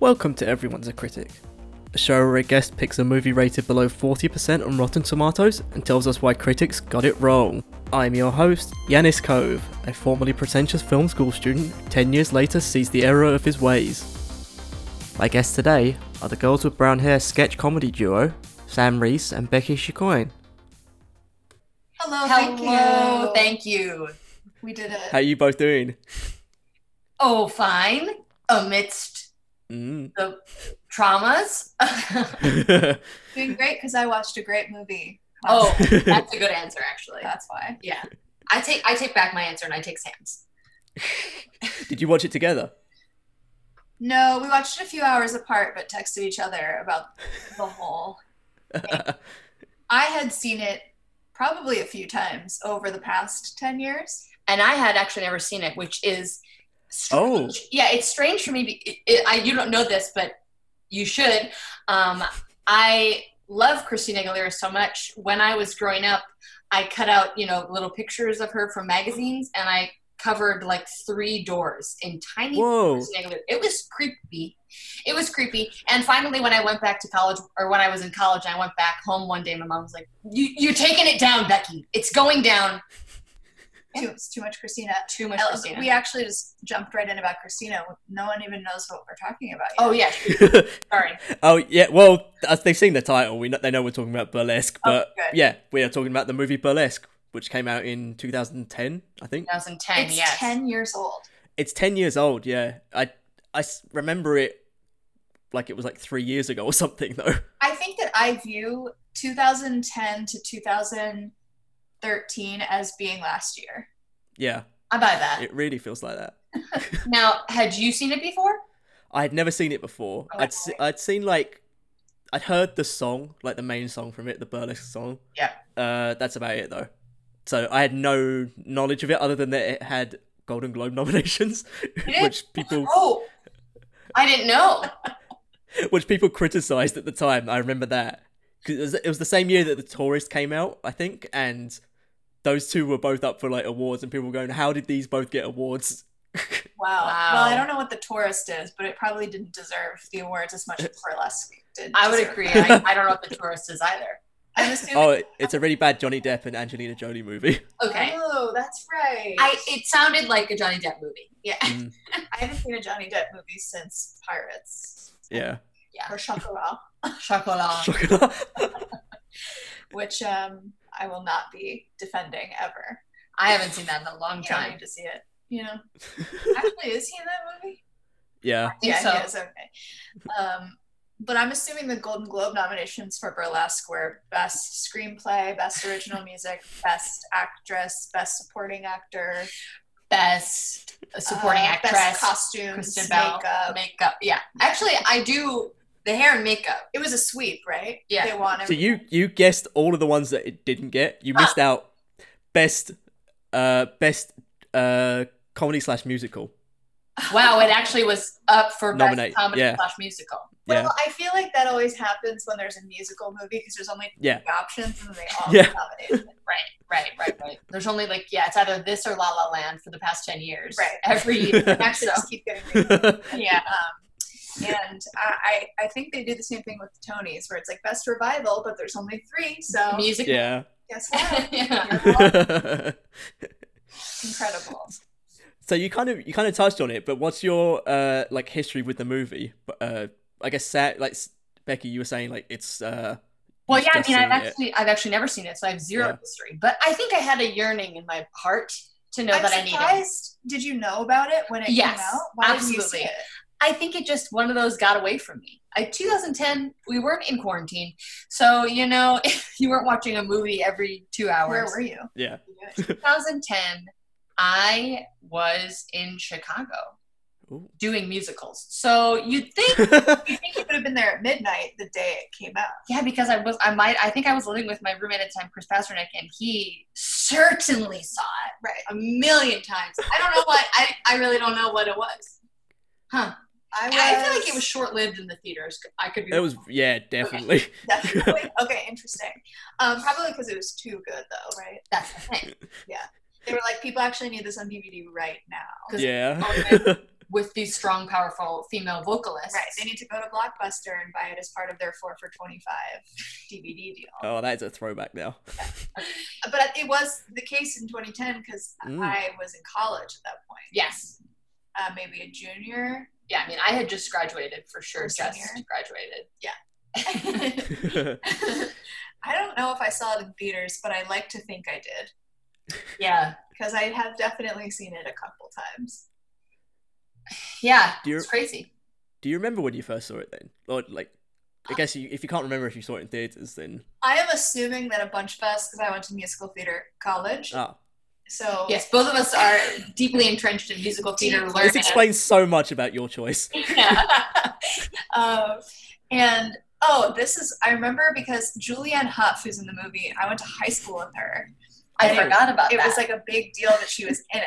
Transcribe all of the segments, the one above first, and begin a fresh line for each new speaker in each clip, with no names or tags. Welcome to Everyone's a Critic, a show where a guest picks a movie rated below 40% on Rotten Tomatoes and tells us why critics got it wrong. I'm your host, Yanis Cove, a formerly pretentious film school student who 10 years later sees the error of his ways. My guests today are the Girls with Brown Hair sketch comedy duo, Sam Reese and Becky Chicoine.
Hello, thank
Hello,
you.
thank you.
we did
How
it.
you both doing?
Oh, fine. Amidst
Mm.
the traumas.
Doing great because I watched a great movie.
oh, that's a good answer, actually.
that's why.
Yeah, I take I take back my answer and I take Sam's.
Did you watch it together?
No, we watched it a few hours apart, but texted each other about the whole. I had seen it probably a few times over the past ten years.
And I had actually never seen it, which is
Oh.
strange. yeah, it's strange for me. be- It, it, I you don't know this, but you should. Um, I love Christina Aguilera so much. When I was growing up, I cut out you know little pictures of her from magazines, and I covered like three doors in tiny
Whoa.
was negative. It was creepy. It was creepy. And finally, when I went back to college, or when I was in college, I went back home one day. My mom was like, you, "You're taking it down, Becky. It's going down
Too, it's too much Christina.
too much,
I-
Christina."
We actually just jumped right in about Christina. No one even knows what we're talking about. Yet.
oh yeah, sorry.
Oh yeah, well, as they've seen the title, we know, they know we're talking about burlesque, but
Oh, good.
yeah, we are talking about the movie Burlesque, which came out in 2010, I think.
2010.
it's
yes.
ten years old.
It's 10 years old. Yeah, I I s- remember it like it was like three years ago or something though.
I think that I view 2010 to 2013 as being last year.
Yeah,
I buy that.
it really feels like that.
now, had you seen it before?
I had never seen it before.
Oh,
I'd se- I'd seen like I'd heard the song, like the main song from it, the burlesque song.
Yeah.
Uh, that's about it though. So I had no knowledge of it other than that it had Golden Globe nominations,
did?
which people
Oh, I didn't know.
which people criticized at the time. I remember that because it, was- it was the same year that the Tourist came out, I think, and those two were both up for like awards, and people were going, "How did these both get awards?"
Wow.
Wow.
Well, I don't know what the tourist is, but it probably didn't deserve the awards as much as burlesque did.
I would
deserve.
agree. I, I don't know what the tourist is either.
I'm assuming.
Oh, it- it's a really bad Johnny Depp and Angelina Jolie movie.
Okay.
Oh, that's right.
I. It sounded like a Johnny Depp movie. Yeah.
Mm,
I haven't seen a Johnny Depp movie since Pirates
yeah,
or Chocolat,
Chocolat.
Chocolat.
which um, I will not be defending ever.
I haven't seen that in a long
You don't
time.
need to see it. You know, actually, is he in that movie?
yeah.
think
yeah,
so.
he is okay. Um, but I'm assuming the Golden Globe nominations for Burlesque were best screenplay, best original music, best actress, best supporting actor,
best supporting
uh,
actress,
best costumes,
Kristen Bell,
makeup.
makeup. Yeah, actually, I do the hair and makeup.
It was a sweep, right?
Yeah.
they won.
So
every-
you you guessed all of the ones that it didn't get. You missed out best uh best uh comedy slash musical.
Wow, it actually was up for
Nominate,
best comedy
yeah.
slash musical.
Yeah.
Well, I feel like that always happens when there's a musical movie because there's only
Yeah.
three options and they all
Yeah.
get nominated.
Right, right, right. There's only like yeah, it's either this or La La Land for the past ten years.
Right.
every year.
Actually,
so,
just keep getting. re-
yeah.
Um, and I, I I think they do the same thing with the Tonys, where it's like best revival, but there's only three. So
Music.
yeah.
guess what?
Yeah.
Incredible.
so you kind of you kind of touched on it, but what's your uh like history with the movie? But uh I guess Sa- like S- Becky, you were saying like it's uh
Well,
you've
yeah. I
just
mean, I've
seen it.
actually I've actually never seen it, so I have zero
Yeah.
history. But I think I had a yearning in my heart to know
I'm
that I needed. it.
surprised. Did you know about it when it
Yes,
came out? Why didn't you
absolutely.
see it?
I think it just one of those got away from me. I, 2010, we weren't in quarantine, so you know you weren't watching a movie every two
Where
hours.
were you?
yeah.
2010, I was in Chicago
Ooh.
doing musicals. So you'd think,
You think you would have been there at midnight the day it came out?
yeah, because I was, I might, I think I was living with my roommate at the time, Chris Pasternak, and he certainly saw it
Right.
a million times. I don't know what, I, I really don't know what it was.
I was.
I feel like it was short lived in the theaters. I could be.
it was yeah, definitely.
definitely okay. Interesting. Um, probably because it was too good, though, right?
That's the thing.
They were like, people actually need this on DVD right now.
was-
yeah.
with these strong, powerful female vocalists.
Right. They need to go to Blockbuster and buy it as part of their four for twenty five DVD deal.
Oh, that is a throwback now.
But it was the case in 2010 because
Mm.
I was in college at that point.
Yes.
Uh, maybe a junior.
Yeah. I mean, I had just graduated for sure.
Or
Just
senior.
graduated.
I don't know if I saw it in theaters, but I like to think I did
Yeah.
because I have definitely seen it a couple times.
Yeah.
Do you-
It's crazy.
Do you remember when you first saw it then? Or like, I guess you, if you can't remember if you saw it in theaters, then
I am assuming that a bunch of us, because I went to musical theater college,
ah,
so
Yes. Both of us are deeply entrenched in musical theater
This
learning.
this explains so much about your choice.
yeah. um, and oh, this is I remember because Julianne Hough, who's in the movie, I went to high school with her.
I
And it-
forgot about
It
that.
was like a big deal that she was in it.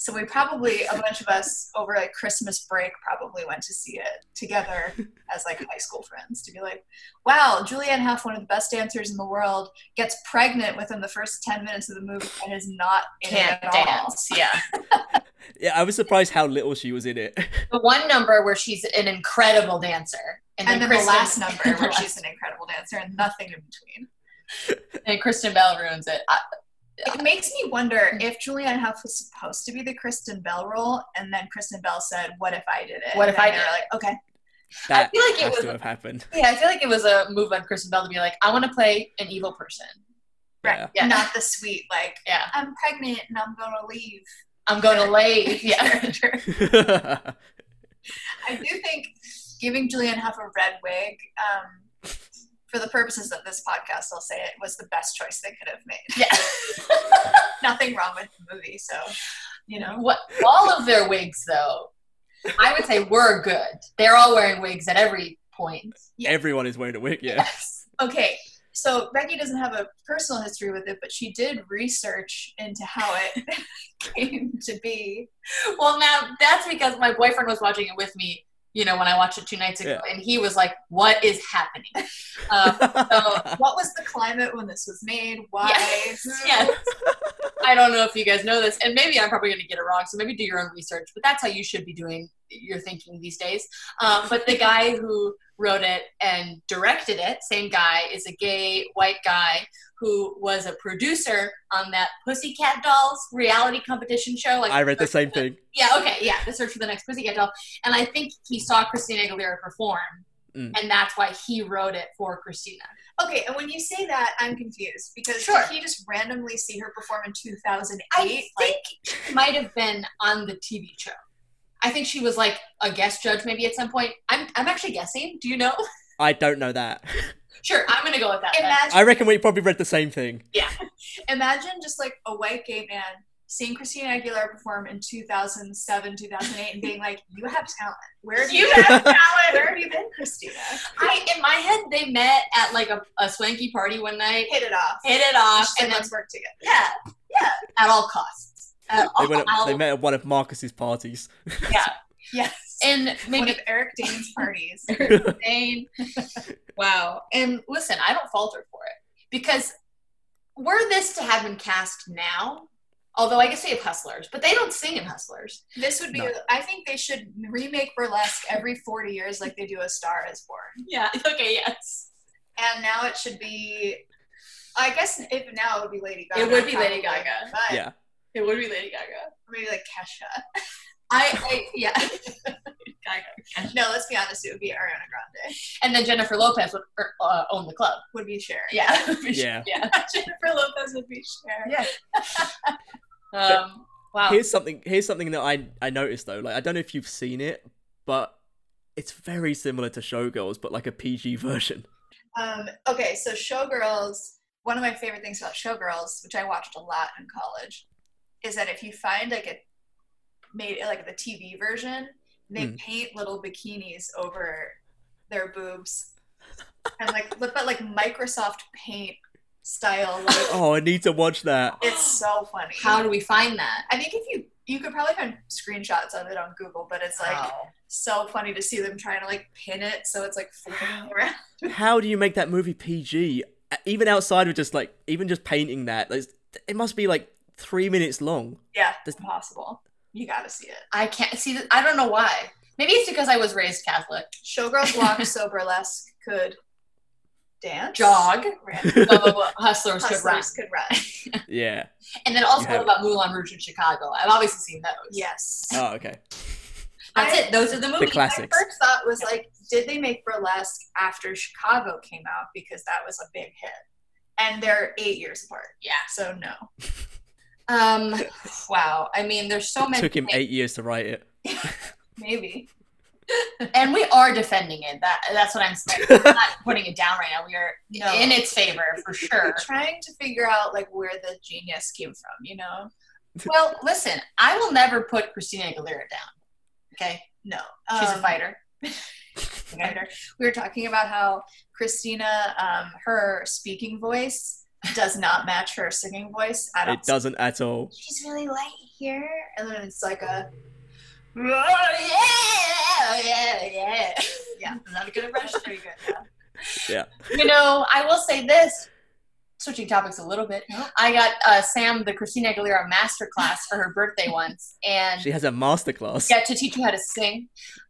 So we probably a bunch of us over like Christmas break probably went to see it together as like high school friends to be like, wow, Julianne Hough, one of the best dancers in the world, gets pregnant within the first ten minutes of the movie and is not in
can't
it at all.
dance. Yeah.
Yeah, I was surprised how little she was in it.
The one number where she's an incredible dancer.
And then the
Kristen-
last number where she's an incredible dancer and nothing in between.
and Kristen Bell ruins it. I,
It makes me wonder if Julianne Hough was supposed to be the Kristen Bell role, and then Kristen Bell said, "What if I did it?"
What
And
if I
then they
did
were Like, okay,
That
feel like it
has
was-
to have happened.
yeah, I feel like it was a move on Kristen Bell to be like, I want to play an evil person.
Yeah.
right, not the sweet like
Yeah,
I'm pregnant and I'm gonna leave.
I'm going to lay. Yeah,
character. I do think giving Julianne Hough a red wig, um, for the purposes of this podcast, I'll say it was the best choice they could have made.
yeah.
Nothing wrong with the movie, so you know.
What? All of their wigs, though, I would say were good. They're all wearing wigs at every point.
Everyone is wearing a wig, yeah.
Yes.
Okay, so Becky doesn't have a personal history with it, but she did research into how it came to be.
Well, now that's because my boyfriend was watching it with me. You know, when I watched it two nights ago, and he was like, "What is happening?" Um, so-
What was the climate when this was made? Why?
Yes.
Who?
yes. I don't know if you guys know this, and maybe I'm probably going to get it wrong, so maybe do your own research, but that's how you should be doing your thinking these days. Um, but the guy who wrote it and directed it, same guy, is a gay white guy who was a producer on that Pussycat Dolls reality competition show. Like
I read the same thing.
yeah, okay, yeah, the search for the next Pussycat doll. And I think he saw Christina Aguilera perform,
Mm.
and that's why he wrote it for Christina.
Okay, and when you say that, I'm confused because
Sure.
did he just randomly see her perform in 2008?
I think she might have been on the TV show. I think she was like a guest judge maybe at some point. I'm, I'm actually guessing. Do you know?
I don't know that.
Sure, I'm gonna go with that.
Like,
then.
imagine,
I reckon we probably read the same thing.
imagine just like a white gay man seeing Christina Aguilera perform in 2007, 2008, and being like, "You have talent. Where have you,
You
been?
have
Where have you been, Christina?
I in my head they met at like a, a swanky party one night,
Hit it off.
hit it off,
and
and then
let's work together."
yeah, yeah, at all costs. At
They,
all,
went at- they met at one of Marcus's parties.
Yes.
and
one
maybe
of Eric Dane's parties.
insane. wow. And listen, I don't falter for it because were this to have been cast now, although I guess we have hustlers, but they don't sing in hustlers.
This would be.
No.
I think they should remake burlesque every 40 years, like they do a Star Is Born.
Yeah. Okay. Yes.
And now it should be. I guess if now it would be Lady Gaga.
It would be Lady
probably,
Gaga.
But
Yeah.
It would be Lady Gaga.
maybe like Kesha.
I, I yeah. Gaga.
No, let's be honest. It would be Ariana Grande.
And then Jennifer Lopez would er, uh, own the club.
Would be Cher.
Yeah.
Yeah.
yeah.
Jennifer Lopez would be Cher.
Yeah. Um, wow.
Here's something here's something that I I noticed though. Like I don't know if you've seen it, but it's very similar to Showgirls, but like a PG version.
Um, okay, so Showgirls. One of my favorite things about Showgirls, which I watched a lot in college, is that if you find like a made like the TV version, they
Hmm.
paint little bikinis over their boobs, and like look at like Microsoft Paint style. Like,
Oh, I need to watch that.
It's so funny.
How do we find that?
I think if you you could probably find screenshots of it on Google, but it's like
Wow.
so funny to see them trying to like pin it so it's like floating around.
How do you make that movie PG? Even outside of just like even just painting that, there's- it must be like three minutes long.
Yeah,
Does-
it's impossible. You gotta see it.
I can't see that. I don't know why. Maybe it's because I was raised Catholic.
Showgirls walk so burlesque could dance,
Jog.
Ran-
So hustlers could run.
Hustlers could run.
Yeah.
And then also
You have
what about Moulin Rouge in Chicago? I've obviously seen those.
Yes.
Oh, okay.
That's
I-
it. Those are the movies.
My
classics.
first thought was like, did they make burlesque after Chicago came out because that was a big hit? And they're eight years apart.
Yeah.
So no.
Um wow. I mean there's so many
Took him eight years to write it.
Maybe.
and we are defending it. That that's what I'm saying. We're not putting it down right now. We are
No.
in its favor for sure.
Trying to figure out like where the genius came from, you know?
well, listen, I will never put Christina Aguilera down. Okay?
No.
She's a
Um,
fighter.
fighter. We were talking about how Christina, um, her speaking voice does not match her singing voice at all.
It doesn't at all.
She's really light here. And then it's like a
Oh, yeah, yeah, yeah.
Yeah.
Not a good impression.
pretty good. yeah.
you know, I will say this. Switching topics a little bit.
Nope.
I got uh, Sam the Christina Aguilera masterclass for her birthday once, and
She has a masterclass.
got to teach you how to sing.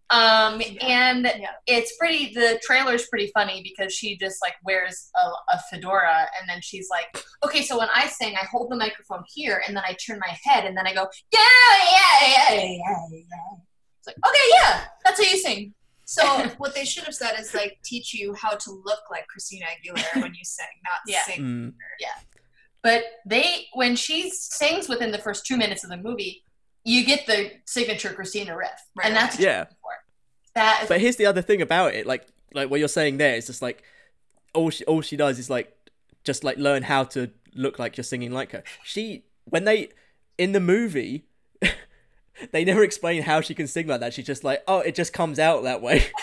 Um,
Yeah.
And
Yeah.
it's pretty. The trailer's pretty funny because she just like wears a, a fedora, and then she's like, "Okay, so when I sing, I hold the microphone here, and then I turn my head, and then I go, yeah, yeah, yeah, yeah, yeah." It's like, okay, yeah, that's how you sing.
So what they should have said is like teach you how to look like Christina Aguilera when you sing, not
Yeah.
sing.
Mm.
But they, when she sings within the first two minutes of the movie, you get the signature Christina riff,
Right.
and that's what
Yeah.
that is
But here's the other thing about it, like like what you're saying there is just like all she all she does is like just like learn how to look like you're singing like her. She when they in the movie they never explain how she can sing like that. She's just like, oh, it just comes out that way.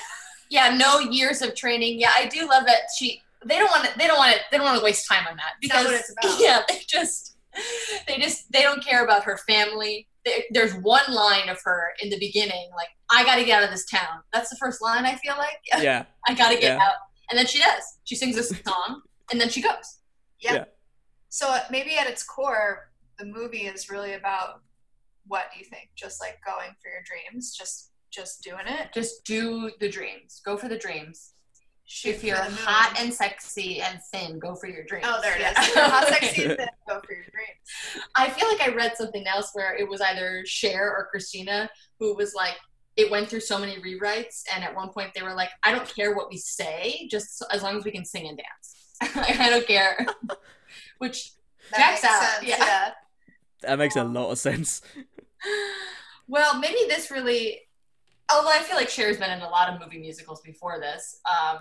Yeah, no years of training. Yeah, I do love that she. They don't want to. They don't want to. They don't want to waste time on that
That's
because
not what it's about.
yeah, they just they just they don't care about her family. There- There's one line of her in the beginning, like "I got to get out of this town." That's the first line I feel like.
yeah.
I got to get
Yeah.
out, and then she does. She sings a song, and then she goes.
So uh, maybe at its core, the movie is really about what do you think? Just like going for your dreams, just just doing it.
Just do the dreams. Go for the dreams.
Shoot
If
for
you're
the moon.
hot and sexy and thin, go for your dreams.
oh, there it is.
Yeah.
If you're hot, sexy, then go for your dreams.
I feel like I read something else where it was either Cher or Christina who was like, it went through so many rewrites, and at one point they were like, I don't care what we say, just as long as we can sing and dance. like, I don't care. Which,
That
Checks
makes
out,
sense,
yeah.
That makes a lot of sense.
well, maybe this really, although I feel like Cher's been in a lot of movie musicals before this, um,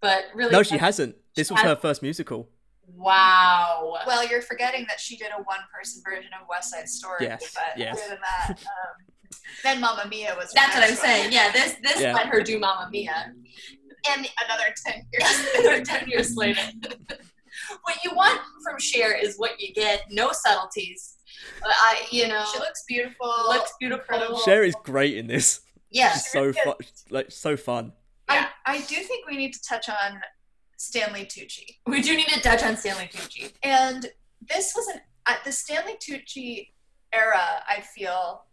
but really.
No, she hasn't. This was her first musical.
Wow.
Well, you're forgetting that she did a one-person version of West Side Story.
Yes,
But
yes.
other than that, um, then Mamma Mia was. her
That's what I'm
next one.
saying. Yeah, this this
Yeah.
let her do Mamma Mia. And
Another ten years.
Yes, 10 years later. what you want from Cher is what you get. No subtleties. Uh, I, you know,
She looks beautiful.
looks beautiful.
incredible.
Cher is great in this.
yeah.
She's so fun, like so fun.
I,
Yeah.
I do think we need to touch on Stanley Tucci.
We do need to touch on Stanley Tucci.
And this was an at the Stanley Tucci era, I feel,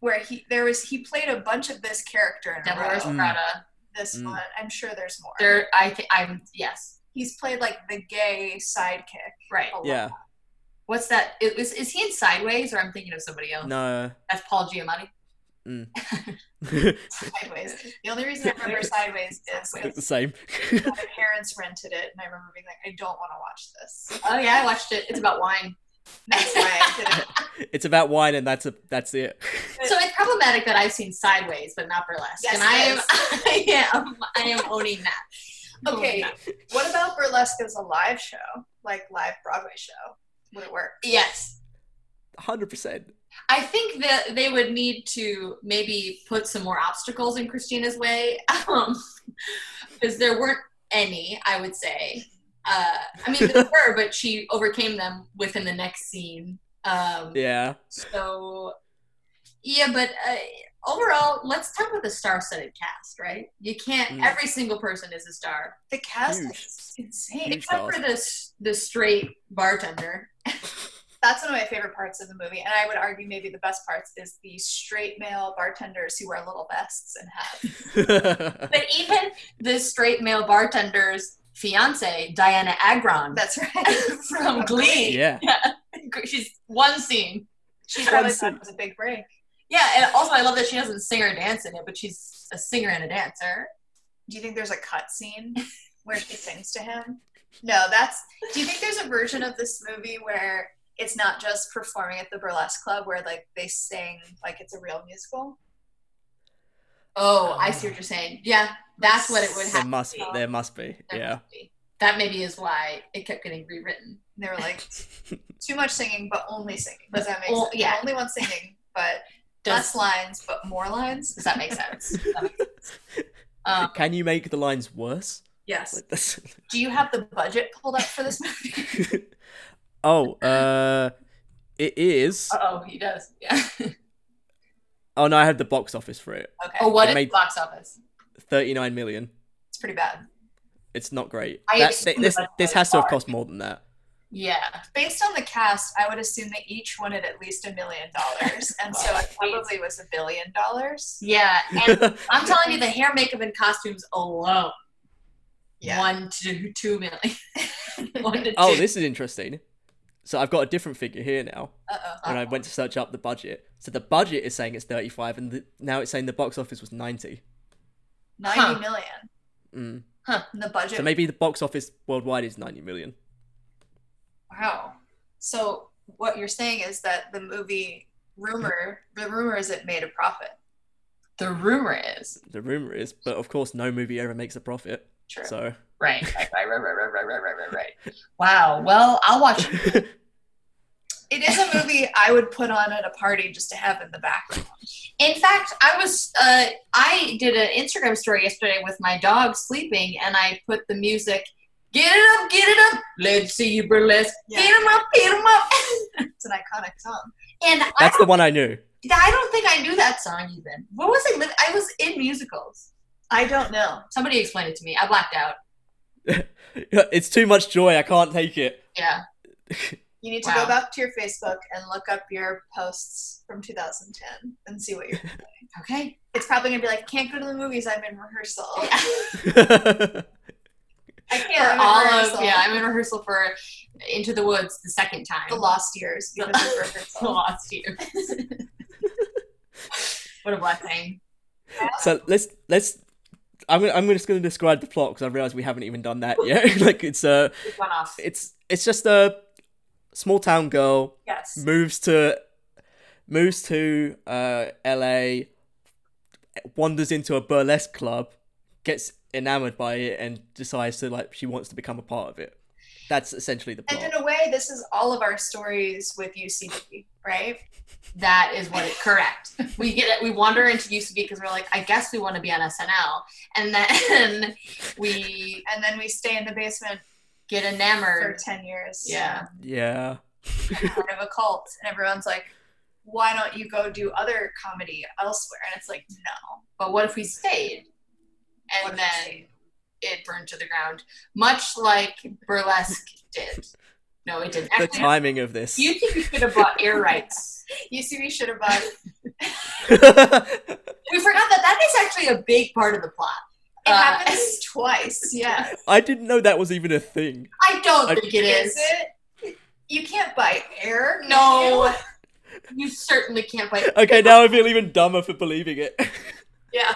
where he there was he played a bunch of this character in a
Dolores
row.
Mm.
Prada.
This
Mm.
one, I'm sure there's more.
There, I think I'm yes,
He's played like the gay sidekick.
right.
a lot.
Yeah.
What's that? It was is he in Sideways or I'm thinking of somebody else?
No.
That's Paul Giamatti.
it's
Sideways. The only reason I remember Sideways is
the
'cause
same.
my parents rented it, and I remember being like, I don't want to watch this.
Oh yeah, I watched it. It's about wine.
That's why I did it.
it's about wine and that's a that's it.
So it's problematic that I've seen Sideways, but not Burlesque,
Yes,
and I am,
yes.
I am, I am owning that.
Okay, what about burlesque as a live show, like live Broadway show? Would it work?
Yes,
Hundred percent.
I think that they would need to maybe put some more obstacles in Christina's way, because there weren't any. I would say. Uh, I mean, there were, but she overcame them within the next scene. Um,
Yeah.
So, yeah, but uh, overall, let's talk about the star-studded cast, right? You can't.
Mm.
Every single person is a star,
The cast
Huge.
is insane.
Huge
except
stars.
for the s- the straight bartender.
that's one of my favorite parts of the movie, and I would argue maybe the best parts is the straight male bartenders who wear little vests and hats.
But even the straight male bartender's fiance, Diana Agron
That's right.
from Glee.
yeah.
She's one scene.
She probably thought it was a big break.
Yeah, and also I love that she doesn't sing or dance in it, but she's a singer and a dancer.
Do you think there's a cut scene where she sings to him? No, that's. Do you think there's a version of this movie where it's not just performing at the burlesque club where like they sing like it's a real musical?
Oh, I see what you're saying. Yeah, that's what it would
There
have
Um, must
to be.
there must be. Yeah.
Definitely. That maybe is why it kept getting rewritten.
And they were like, too much singing, but only singing. Does that make
Oh,
sense?
yeah.
Only one singing, but
Does,
less lines, but more lines.
does that make sense? Does that make sense? Um,
Can you make the lines worse?
yes.
Like this.
Do you have the budget pulled up for this movie?
oh, uh it is
Oh, he does. Yeah.
Oh no, I have the box office for it.
Okay,
Oh, what
It
is
made-
box office?
39 million.
it's pretty bad.
It's not great.
I
That,
assume
this
that's
this
why
has to have
it's
cost more than that.
Yeah.
Based on the cast, I would assume they each wanted at least a million dollars, and so it probably was a billion dollars.
Yeah. And I'm telling you, the hair, makeup, and costumes alone.
Yeah.
One to two million. One to
oh,
two.
this is interesting. So I've got a different figure here now.
Uh
When I went to search up the budget, so the budget is saying it's 35, and the, now it's saying the box office was 90.
Ninety million.
Huh.
Mm.
And the budget.
So maybe the box office worldwide is 90 million.
wow. So what you're saying is that the movie rumor, the rumor is it made a profit.
the rumor is
The rumor is, but of course, no movie ever makes a profit.
True.
So
right, right, right, right, right, right, right, right, right, right. Wow. Well, I'll watch it.
It is a movie I would put on at a party just to have in the background.
In fact, I was uh, I did an Instagram story yesterday with my dog sleeping, and I put the music. Get it up, get it up. Let's see you burlesque.
Yeah.
Get 'em up, get 'em up.
It's an iconic song.
and I
that's the one I knew.
I don't think I knew that song even. What was I? Li- I was in musicals.
I don't know.
Somebody explained it to me. I blacked out.
It's too much joy. I can't take it.
Yeah.
You need to
Wow.
go back to your Facebook and look up your posts from 2010 and see what you're.
Okay.
It's probably gonna be like, can't go to the movies. I'm in rehearsal. I can't.
For
I'm in
all of
rehearsal.
yeah, I'm in rehearsal for Into the Woods the second time.
the lost years because of
The
rehearsal.
lost years. what a blessing.
so let's let's. I'm gonna, I'm just going to describe the plot because I realized we haven't even done that yet. like it's a
We've gone off.
it's it's just a small town girl
Yes.
moves to moves to uh, LA, wanders into a burlesque club, gets enamored by it, and decides to like she wants to become a part of it. That's essentially the
And
plot.
in a way, this is all of our stories with UCB, right?
That is what it correct. We get it. We wander into UCB because we're like, I guess we want to be on SNL, and then we
And then we stay in the basement
get
for
enamored.
10 years. Um,
Yeah.
Yeah,
Part of a cult. And everyone's like, why don't you go do other comedy elsewhere? And it's like, no.
But what if we stayed?
What if
And
we
then
stayed?
it burned to the ground, much like burlesque did. No, it didn't.
the
Actually,
timing of this.
you think we could have bought air rights?
UCB should have bought
I
We forgot that that is actually a big part of the plot.
It
Uh,
happens twice. Yeah.
didn't know that was even a thing.
I don't
I-
think it is.
it? You can't buy air. can
No,
you?
you certainly can't fight.
Okay, now I feel even dumber for believing it.
Yeah.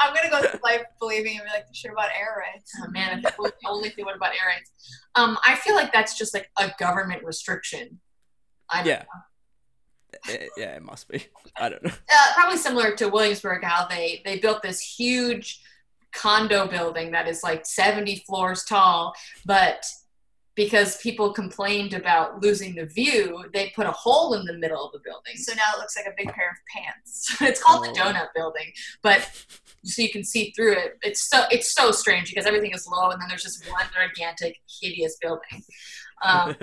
I'm going to go through life believing and be like, should have bought air rights.
Oh man, if it was the only thing what about air rights? Um, I feel like that's just like a government restriction. I
yeah. Eh, yeah, it must be. I don't know.
uh, probably similar to Williamsburg, how they they built this huge condo building that is like 70 floors tall, but because people complained about losing the view, they put a hole in the middle of the building.
So now it looks like a big pair of pants.
So it's called the
Oh.
donut building, but so you can see through it. It's so it's so strange because everything is low, and then there's just one gigantic, hideous building. Um,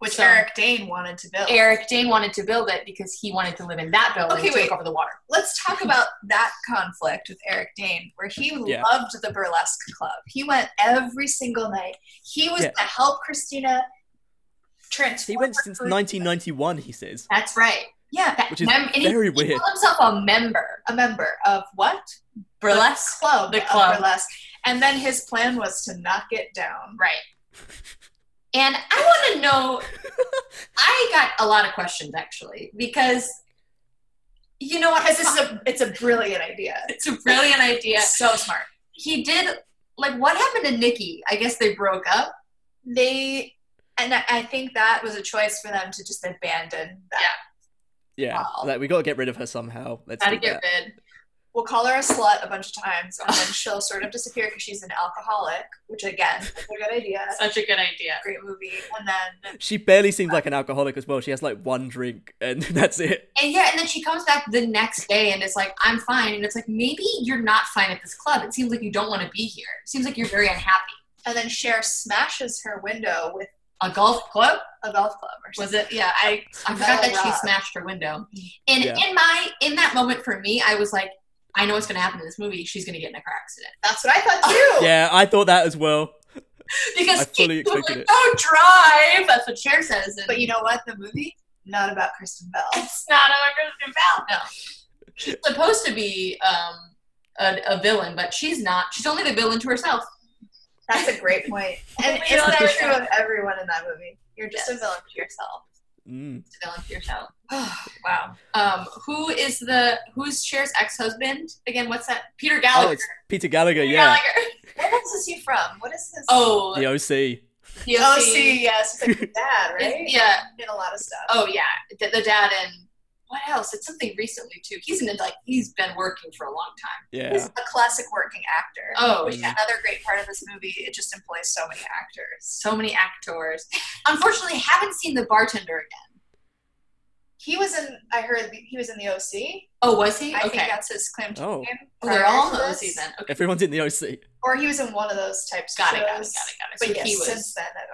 which
So-
Eric Dane wanted to build.
Eric Dane wanted to build it because he wanted to live in that building
Okay,
to
wait.
look over the water.
Let's talk about that conflict with Eric Dane, where he
Yeah.
loved the burlesque club. He went every single night. He was
Yeah.
to help Christina
Transformers.
He went since 1991, he says,
That's right.
Yeah.
That
which is
mem- and he-
very
he
weird.
called himself a member.
A member of what?
Burlesque.
Club.
The
of
club.
Burlesque. And then his plan was to knock it down.
Right. And I want to know. I got a lot of questions actually because you know what?
Because this is a it's a brilliant idea.
It's a brilliant idea.
So smart.
He did like what happened to Nikki? I guess they broke up.
They and I- I think that was a choice for them to just abandon that.
Yeah.
Yeah,
Wow.
like we gotta get rid of her somehow. Let's
Gotta
do
get
that.
rid.
We'll call her a slut a bunch of times and then she'll sort of disappear because she's an alcoholic, which again, is a good idea.
Such a good idea.
Great movie. And then
She barely seems like an alcoholic as well. She has like one drink and that's it.
And yeah, and then she comes back the next day and is like, I'm fine. And it's like, maybe you're not fine at this club. It seems like you don't want to be here. It seems like you're very unhappy.
and then Cher smashes her window with
A golf club?
a golf club or something.
Was it? Yeah, I, I forgot that she smashed her window. And
Yeah.
in my in that moment for me, I was like, I know what's gonna happen in this movie. She's gonna get in a car accident.
That's what I thought too.
Yeah, I thought that as well.
Because
I fully
she was
expected it.
like, Don't drive. That's what Cher says. And
But you know what? The movie not about Kristen Bell.
it's not how Kristen Bell. No, she's supposed to be um, a, a villain, but she's not. She's only the villain to herself.
That's a great point. And
Oh my
it's
God.
that true of everyone in that movie. You're just a
Yes.
villain to yourself.
Mm.
She's the villain to herself.
wow.
Um, who is the who's Cher's ex-husband again? What's that? Peter
Oh,
Gallagher.
it's Peter Gallagher,
Peter
yeah.
Gallagher.
Where was this you from? What is this?
Oh,
The OC.
the
Oh,
OC.
see, yes. It's like your dad, right?
It's- yeah.
Did a lot of stuff.
Oh yeah, the, the dad and what else? It's something recently too. He's in like he's been working for a long time.
He's
Yeah.
a classic working actor.
Oh
Which
Mm.
is
yeah,
another great part of this movie. It just employs so many actors.
so many actors. Unfortunately, haven't seen the bartender again.
He was in. I heard he was in the OC.
Oh, was he?
I
okay,
think that's his claim to
Oh.
fame.
Oh, they're
prior
all
to
in the
this.
OC then. Okay,
Everyone's in the OC.
Or he was in one of those types.
got
of
it,
shows.
got it, got it, got it. So
But yes,
he was.
since then I don't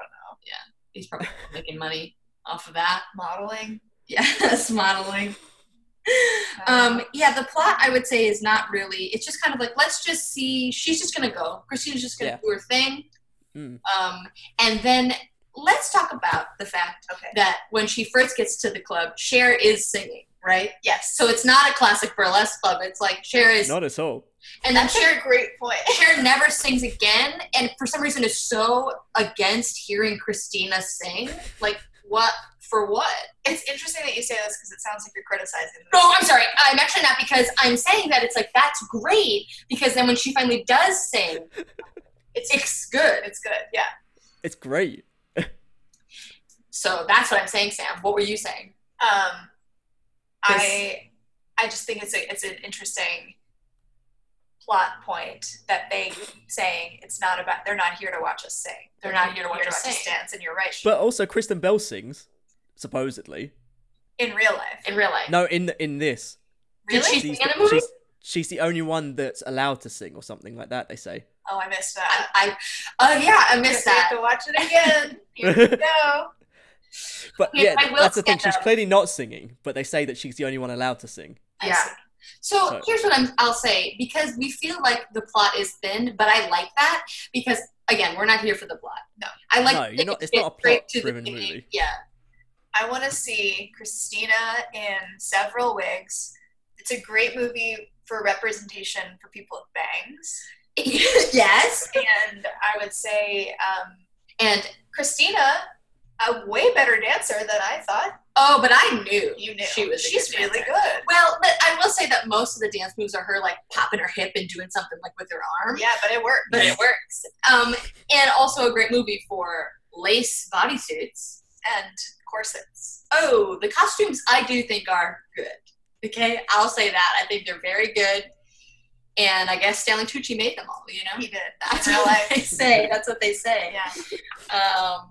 He's probably making money off of that.
know. Modeling.
Yes, modeling. Um, yeah, the plot I would say is not really. It's just kind of like let's just see. She's just gonna go. Christina's just gonna
Yeah.
do her thing.
Mm.
Um, and then let's talk about the fact
Okay.
that when she first gets to the club, Cher is singing, right?
Yes.
So it's not a classic burlesque club. It's like Cher is,
Not at all.
and then
That's
Cher
a great point.
Cher never sings again, and for some reason is so against hearing Christina sing. Like what for what?
It's interesting that you say this because it sounds like you're criticizing. the
No, I'm sorry. I'm actually not because I'm saying that it's like that's great because then when she finally does sing, it's, it's good.
movie. It's good. Yeah.
It's great.
So that's what I'm saying, Sam. What were you saying?
Um, I I just think it's a it's an interesting plot point that they keep saying it's not about they're not here to watch us sing. They're not here to watch, us,
sing.
dance. And you're right. She,
But also Kristen Bell sings, supposedly.
in real life,
In real life,
No, in in this.
Did she
really?
She's
sing in
the-
the movie?
she's she's the only one that's allowed to sing or something like that, they say.
Oh, I missed
I,
that.
I oh yeah, I
Guess
missed
we have
that.
to watch it again. Here we go.
But
Yeah,
yeah,
I will
that's the thing.
say
She's
though-
clearly not singing, but they say that she's the only one allowed to sing.
I
Yeah.
see.
So
So-
here's what I'm, I'll say because we feel like the plot is thin, but I like that because again, we're not here for the plot. No, I like.
No,
that
you're
it
not- it's
gets
not a
straight
plot
to the
driven
beginning.
movie.
Yeah,
I want to see Christina in several wigs. It's a great movie for representation for people with bangs.
yes,
And I would say um,
and
Christina, a way better dancer than I thought.
oh, but I knew
You knew
she was. a
She's
good
really
dancer.
good.
Well, but I will say that most of the dance moves are her like popping her hip and doing something like with her arm.
Yeah, but it worked.
But it works. Um, and also a great movie for lace bodysuits.
and corsets.
Oh, the costumes I do think are good. Okay, I'll say that. I think they're very good. And I guess Stanley Tucci made them all, you know?
He did.
That's
In real
what
life.
they say. That's what they say.
Yeah.
Um,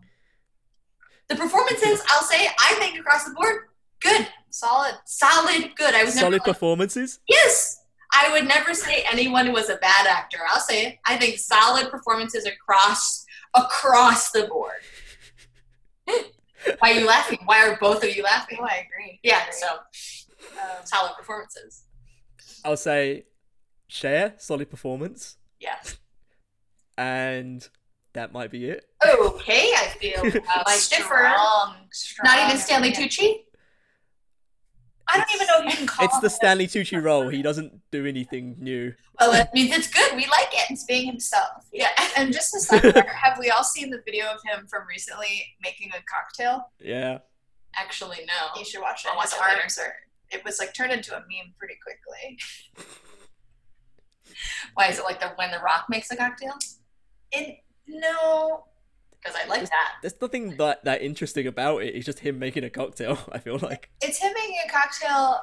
the performances, I'll say, I think across the board, good.
Solid.
Solid, good. I was never
Solid performances.
Yes, I would never say anyone was a bad actor. I'll say it. I think solid performances across across the board. Why are you laughing? Why are both of you laughing?
Oh, I agree. I
Yeah,
agree.
so
Um,
solid performances.
I'll say Cher, solid performance.
Yeah.
And that might be it.
Okay, I feel uh,
Like
stiffer.
strong, strong.
Not even Stanley
yeah.
Tucci.
I don't even know if you can call
It's the
him.
Stanley Tucci role. He doesn't do anything new.
Well, that means it's good. We like it.
It's being himself. Yeah. And just a sidebar, have we all seen the video of him from recently making a cocktail?
Yeah.
Actually,
You
no.
should watch it.
I'll watch
His
it later.
arms are. It was like turned into a meme pretty quickly.
Why is it like the when the Rock makes a cocktail?
It no,
Because I like that.
There's nothing that, that interesting about it. It's just him making a cocktail, I feel like.
it's him making a cocktail,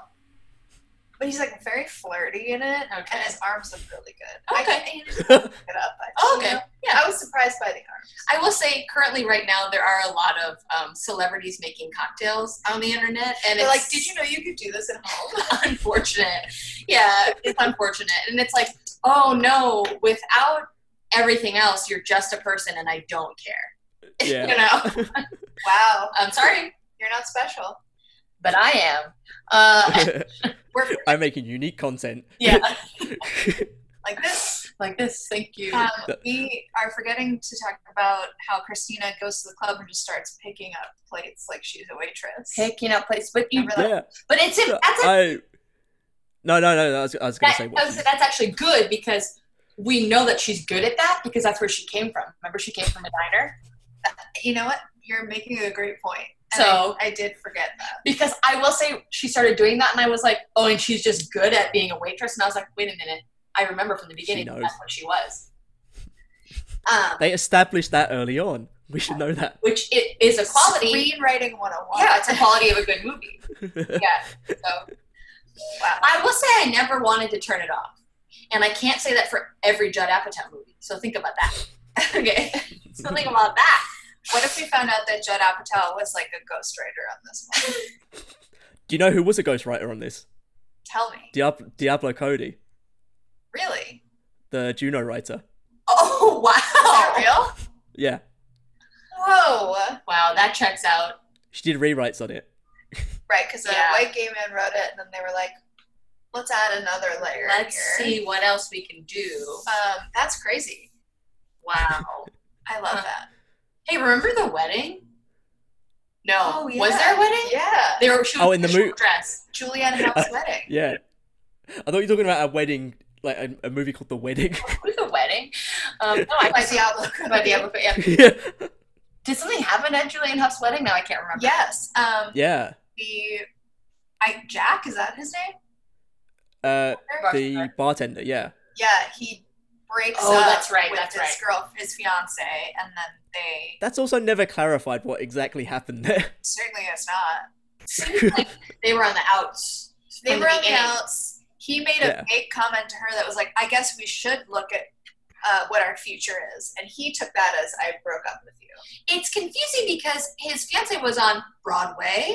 but he's like very flirty in it,
Okay.
and his arms look really good. I
Okay.
can't you just look it up. I,
Oh,
you
okay.
know?
Yeah.
I was surprised by the arms.
I will say, currently, right now, there are a lot of um, celebrities making cocktails on the internet, and
They're
it's
like, did you know you could do this at home?
unfortunate. Yeah, it's unfortunate, and it's like, oh no, without everything else, you're just a person, and I don't care.
Yeah.
you know,
Wow,
I'm sorry,
you're not special.
but I am. Uh, we're
I'm making unique content.
yeah,
Like this.
like this. Thank you.
Um,
That-
we are forgetting to talk about how Christina goes to the club and just starts picking up plates like she's a waitress.
Picking up place, but you,
Remember
yeah.
but it's
So
that's a
I. No, no, no, no. I was, I was going
that,
to say what.
that's,
you-
that's actually good because we know that she's good at that because that's where she came from. Remember, she came from a diner.
You know what? You're making a great point. And
So-
I, I did forget that.
Because I will say she started doing that, and I was like, oh, and she's just good at being a waitress. And I was like, wait a minute, I remember from the beginning
knows.
that's what she was. Um,
They established that early on. We should know that.
which it is a quality.
Screenwriting 101.
Yeah, it's a quality of a good movie. Yeah. So
Wow.
I will say I never wanted to turn it off, and I can't say that for every Judd Apatow movie. So think about that. okay. So think about that.
What if we found out that Judd Apatow was like a ghostwriter on this one?
Do you know who was a ghostwriter on this?
Tell me.
Diablo, Diablo Cody,
Really?
the Juno writer.
Oh wow!
Is that real?
Yeah.
Whoa.
Wow, that checks out.
She did rewrites on it.
Right, because
Yeah.
a white gay man wrote it, and then they were like, let's add another layer. in
Let's
here."
see what else we can do.
Um, that's crazy.
Wow.
I love
Huh.
that.
hey, remember the wedding? No.
Oh,
Was
yeah.
there a wedding?
Yeah.
They were, she was
Oh, in the
short
mo-
dress.
Julianne Hough's wedding.
Yeah. I thought you were talking about a wedding, like a, a movie called The Wedding.
What is a wedding? Um, no, I
By
guess
Diablo.
by the episode. Yeah.
yeah.
Did something happen at Julian Huff's wedding? No, I can't remember.
Yes. Um,
Yeah.
the I, Jack, is that his name?
Uh, the bartender. Yeah.
Yeah, he breaks
Oh,
up
that's right,
with
that's
his
right.
girl, his fiance, and then they
That's also never clarified what exactly happened there.
certainly it's not.
Seems like they were on the outs.
They
from
were on the
beginning.
outs. He made a
Yeah.
vague comment to her that was like, "I guess we should look at uh, what our future is," and he took that as "I broke up with you."
It's confusing because his fiance was on Broadway,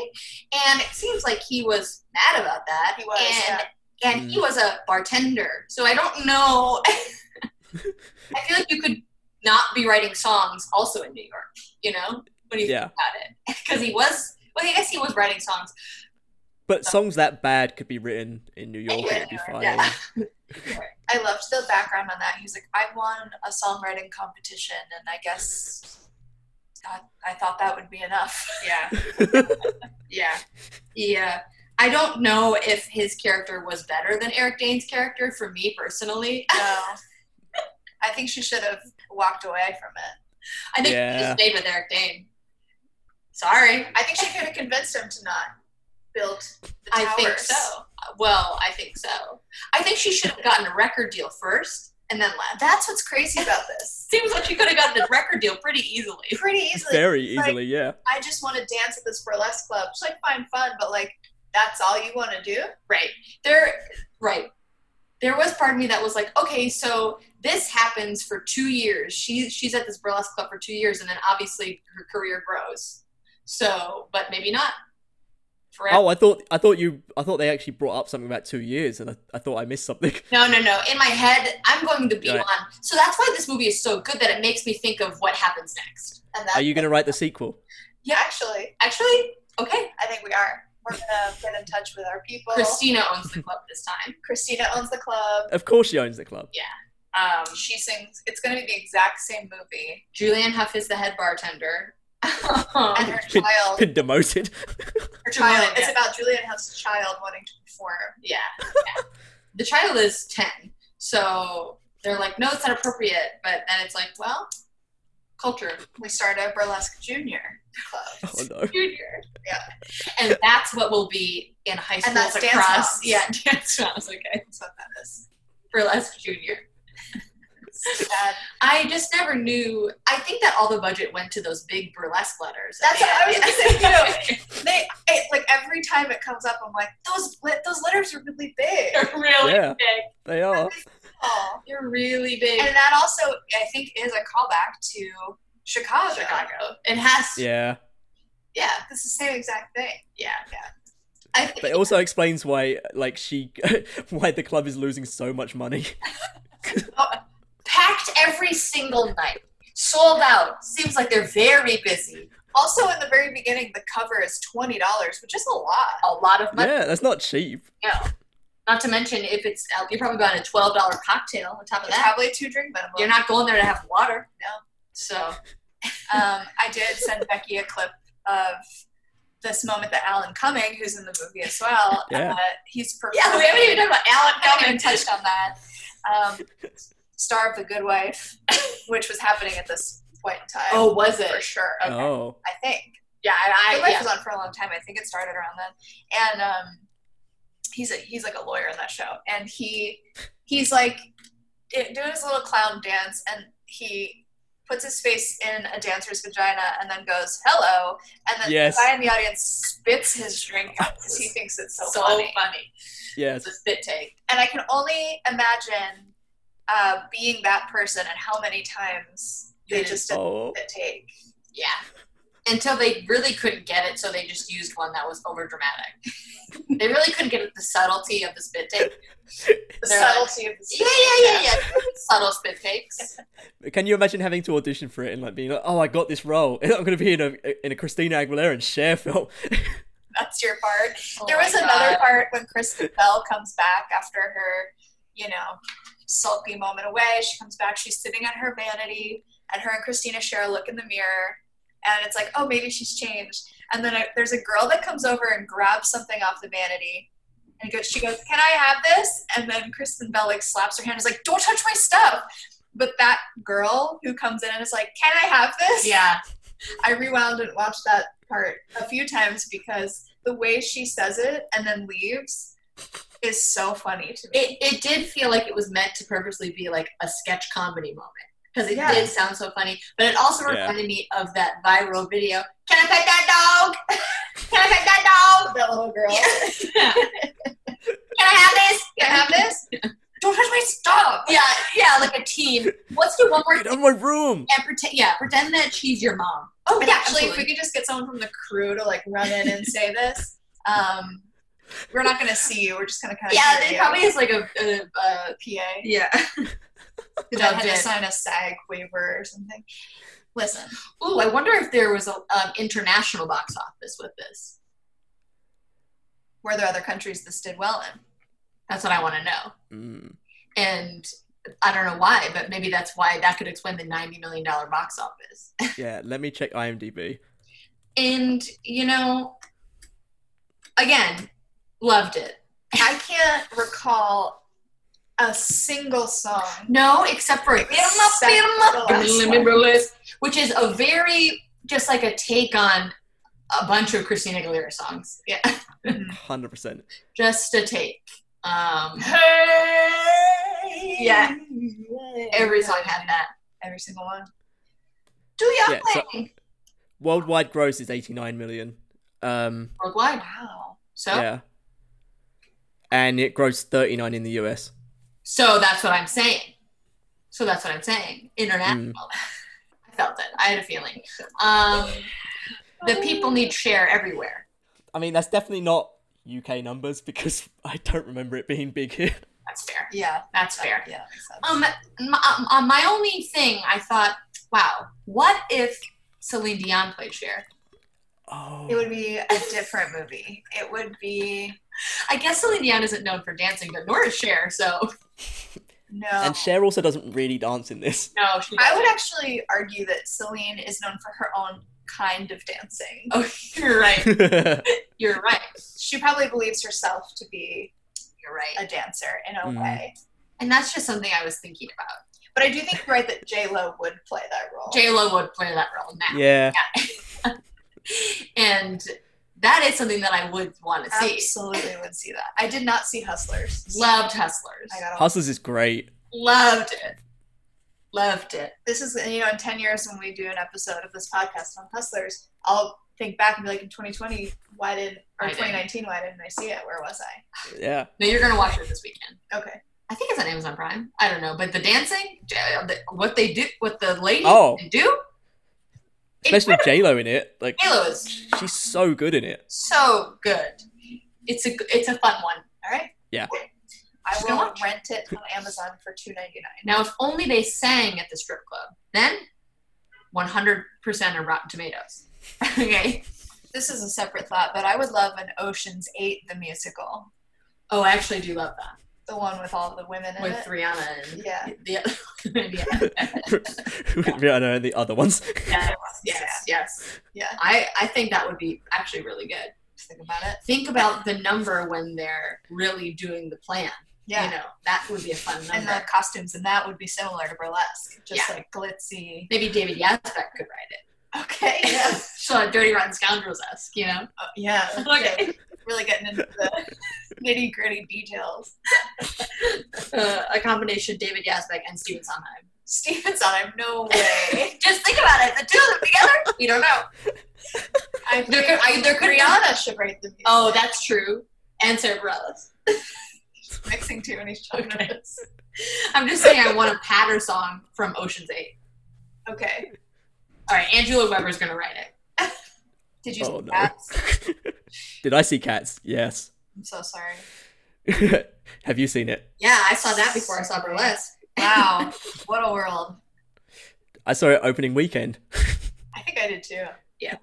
and it seems like he was mad about that.
He was,
and
yeah.
and
Mm.
he was a bartender. So I don't know. I feel like you could not be writing songs also in New York, you know, when you
Yeah.
think about it. Because he was, well, I guess he was writing songs.
But songs that bad could be written in New York and it'd be fine.
Yeah. I loved the background on that. He was like, "I won a songwriting competition, and I guess I, I thought that would be enough."
Yeah. yeah. Yeah. I don't know if his character was better than Eric Dane's character for me personally.
No, I think she should have walked away from it.
I think
Yeah.
he just stayed with Eric Dane. Sorry.
I think she could have convinced him to not build the
I
towers.
think so. Well, I think so. I think she should have gotten a record deal first and then left.
That's what's crazy about this.
Seems like she could have gotten a record deal pretty easily.
Pretty easily,
Very
like-
easily, yeah.
I just want to dance at this burlesque club. It's like fine, fun, but like that's all you want to do.
Right. There right. There was part of me that was like, okay, so this happens for two years. She she's at this burlesque club for two years and then obviously her career grows. So but maybe not. Forever.
Oh, I thought I thought you I thought they actually brought up something about two years, and I, I thought I missed something.
No, no, no. In my head, I'm going to be
Right.
on. So that's why this movie is so good that it makes me think of what happens next.
And that,
Are you going to write the sequel?
yeah, actually,
Actually, okay.
I think we are. We're gonna get in touch with our people.
Christina owns the club this time.
Christina owns the club.
Of course, she owns the club.
Um,
She sings. It's going to be the exact same movie.
Julianne Hough is the head bartender.
And her child.
Been demoted.
Her child.
Julianne,
It's
yeah.
about Julian Hough's child wanting to perform.
yeah, yeah. The child is 10. So they're like, no, it's not appropriate. But then it's like, well, culture,
We start a burlesque junior club.
Oh no.
junior.
Yeah.
And that's what will be in high schools
that's dance
across.
moms.
yeah, dance moms. Okay.
That's what that is.
Burlesque junior.
Sad.
I just never knew. I think that all the budget went to those big burlesque letters.
That's what I was gonna say,
say.
They it, like every time it comes up, I'm like, those lit, those letters are really big.
They're really
Yeah.
big.
They are.
Oh.
They're really big.
And that also, I think, is a callback to Chicago.
Chicago. It has.
Yeah.
Yeah, it's the same exact thing.
Yeah.
Yeah.
I
But
think,
it also explains why like she why the club is losing so much money.
packed every single night. Sold out. Seems like they're very busy.
Also, in the very beginning, the cover is twenty dollars, which is a lot.
A lot of money.
Yeah, that's not cheap.
Not to mention, if it's uh, you're probably buying a twelve dollar cocktail on top of
It's
that.
probably a two drink minimum.
You're not going there to have water.
No.
So
Um, I did send Becky a clip of this moment that Alan Cumming, who's in the movie as well,
Yeah.
uh, he's performing.
yeah, we haven't even talked about Alan
I haven't even
Cumming.
touched on that. Um, Star of the Good Wife, which was happening at this point in time.
Oh, was it?
for sure.
Oh.
I think.
Yeah, and
Good
I.
Wife
yeah.
was on for a long time. I think it started around then. And um, he's a, he's like a lawyer in that show, and he he's like d- doing his little clown dance, and he puts his face in a dancer's vagina, and then goes hello, and then
Yes.
the guy in the audience spits his drink out because he thinks it's so,
so
funny.
funny. It's
Yes.
a spit take.
And I can only imagine uh, being that person and how many times they
Yes.
just did
Oh.
the take.
Yeah. Until they really couldn't get it, so they just used one that was over dramatic. they really couldn't get the subtlety of the spit take.
The
They're like,
subtlety of the
yeah, yeah, yeah, yeah. Subtle spit takes.
Can you imagine having to audition for it and like being like, "Oh, I got this role. I'm going to be in a in a Christina Aguilera and Cher film."
That's your part.
Oh
there
my
was another
God.
part when Kristen Bell comes back after her, you know, sulky moment away. She comes back, she's sitting on her vanity, and her and Christina share a look in the mirror, and it's like, oh, maybe she's changed. And then I, there's a girl that comes over and grabs something off the vanity. And goes, she goes, Can I have this? And then Kristen Bell like slaps her hand and is like, Don't touch my stuff. But that girl who comes in and is like, Can I have this?
Yeah.
I rewound and watched that part a few times because the way she says it and then leaves is so funny to me.
It, it did feel like it was meant to purposely be like a sketch comedy moment because it
Yeah.
did sound so funny, but it also
Yeah.
reminded me of that viral video. Can I pet that dog? Can I pet that dog?
that little girl.
Can I have this?
Can I have this? Don't touch my stuff.
Yeah, yeah, like a teen. Let's do one more
Get
thing
out of my room.
and pretend. Yeah, pretend that she's your mom.
Oh,
Yeah,
yeah, actually, if
absolutely.
we could just get someone from the crew to like run in and say this, um, we're not gonna see you. We're just gonna kind of
Yeah, it probably is like a, a, a
PA.
yeah.
Because I had to sign a SAG waiver or something. Listen,
Ooh, I wonder if there was an um, international box office with this.
were there other countries this did well in?
That's what I want to know.
Mm.
And I don't know why, but maybe that's why that could explain the ninety million dollar box office.
Yeah, let me check IMDb.
And you know, again, loved it.
I can't recall a single song
No, except for Irma,
Except
Irma,
the last
Irma,
one.
Mirrorless, which is a very just like a take on a bunch of Christina Aguilera songs. Yeah,
100%.
just a take. Um,
Hey.
Yeah. every song had that.
Every single one.
Do your
Yeah, so-
thing
Worldwide gross is 89 million. Um
worldwide.
Wow.
So,
yeah. And it grossed 39 in the US.
so that's what I'm saying. So that's what I'm saying. International. I felt it. I had a feeling. Um, the people need share everywhere.
I mean, that's definitely not UK numbers because I don't remember it being big here.
That's fair.
Yeah.
That's fair.
Yeah. that makes sense.
Um, my, um, my only thing I thought, wow, what if Celine Dion played Cher?
Oh.
it would be a different movie. It would be.
I guess Celine Dion isn't known for dancing, but nor is Cher, so
No.
And Cher also doesn't really dance in this.
No, she
I
doesn't.
would actually argue that Celine is known for her own kind of dancing.
Oh, you're right. You're right.
She probably believes herself to be
You're
a
right.
dancer in a
Mhm.
way.
And that's just something I was thinking about.
But I do think you're right that J Lo would play that role.
J Lo would play that role now,
yeah.
and that is something that I would want to see.
absolutely would see that. I did not see Hustlers.
Loved Hustlers.
I got
Hustlers is great.
Loved it. Loved it.
this is you know in ten years when we do an episode of this podcast on Hustlers, I'll think back and be like in 2020 why didn't or
I didn't.
2019 why didn't I see it? Where was I?
Yeah.
No, you're gonna watch it this weekend.
Okay.
I think it's on Amazon Prime. I don't know, but the dancing, uh, the- what they do, what the ladies
Oh.
do,
Especially J Lo in it. Like
J Lo is
she's so good in it.
so good. It's a it's a fun one.
All right.
Yeah.
I
Just
will
gonna watch.
rent it on Amazon for 2.99.
Now, if only they sang at the strip club, then 100% of Rotten Tomatoes. okay.
This is a separate thought, but I would love an Ocean's 8 the musical.
Oh, I actually do love that
The one with all the women in
with
it.
Rihanna and
Yeah.
the other. yeah.
Rihanna and the other ones.
Yes, yes, yes.
Yeah.
I, I think that would be actually really good.
Just think about it.
Think about the number when they're really doing the plan.
Yeah.
You know, that would be a fun
and
number.
the costumes in that would be similar to burlesque, just like glitzy.
Maybe David Yazbek could write it.
Okay. Yeah.
So like Dirty Rotten Scoundrels esque, you know?
Oh, yeah.
Okay.
okay. Really getting into the nitty gritty details.
Uh, a combination David Yazbek and Steven Sondheim.
Steven's on. I'm no way.
Just think about it. The two of them together? We don't know.
I
There
think
could- I- there could-
Rihanna should write the music.
Oh, that's true. And Sarah Bareilles.
mixing too many genres.
I'm just saying I want a patter song from Ocean's Eight.
Okay.
All right, Angela Weber's gonna write it.
Did you
Oh,
see
no.
that?
Did I see cats? Yes.
I'm so sorry.
Have you seen it?
Yeah, I saw that before I saw Burlesque.
Wow. what a world.
I saw it opening weekend.
I think I did too.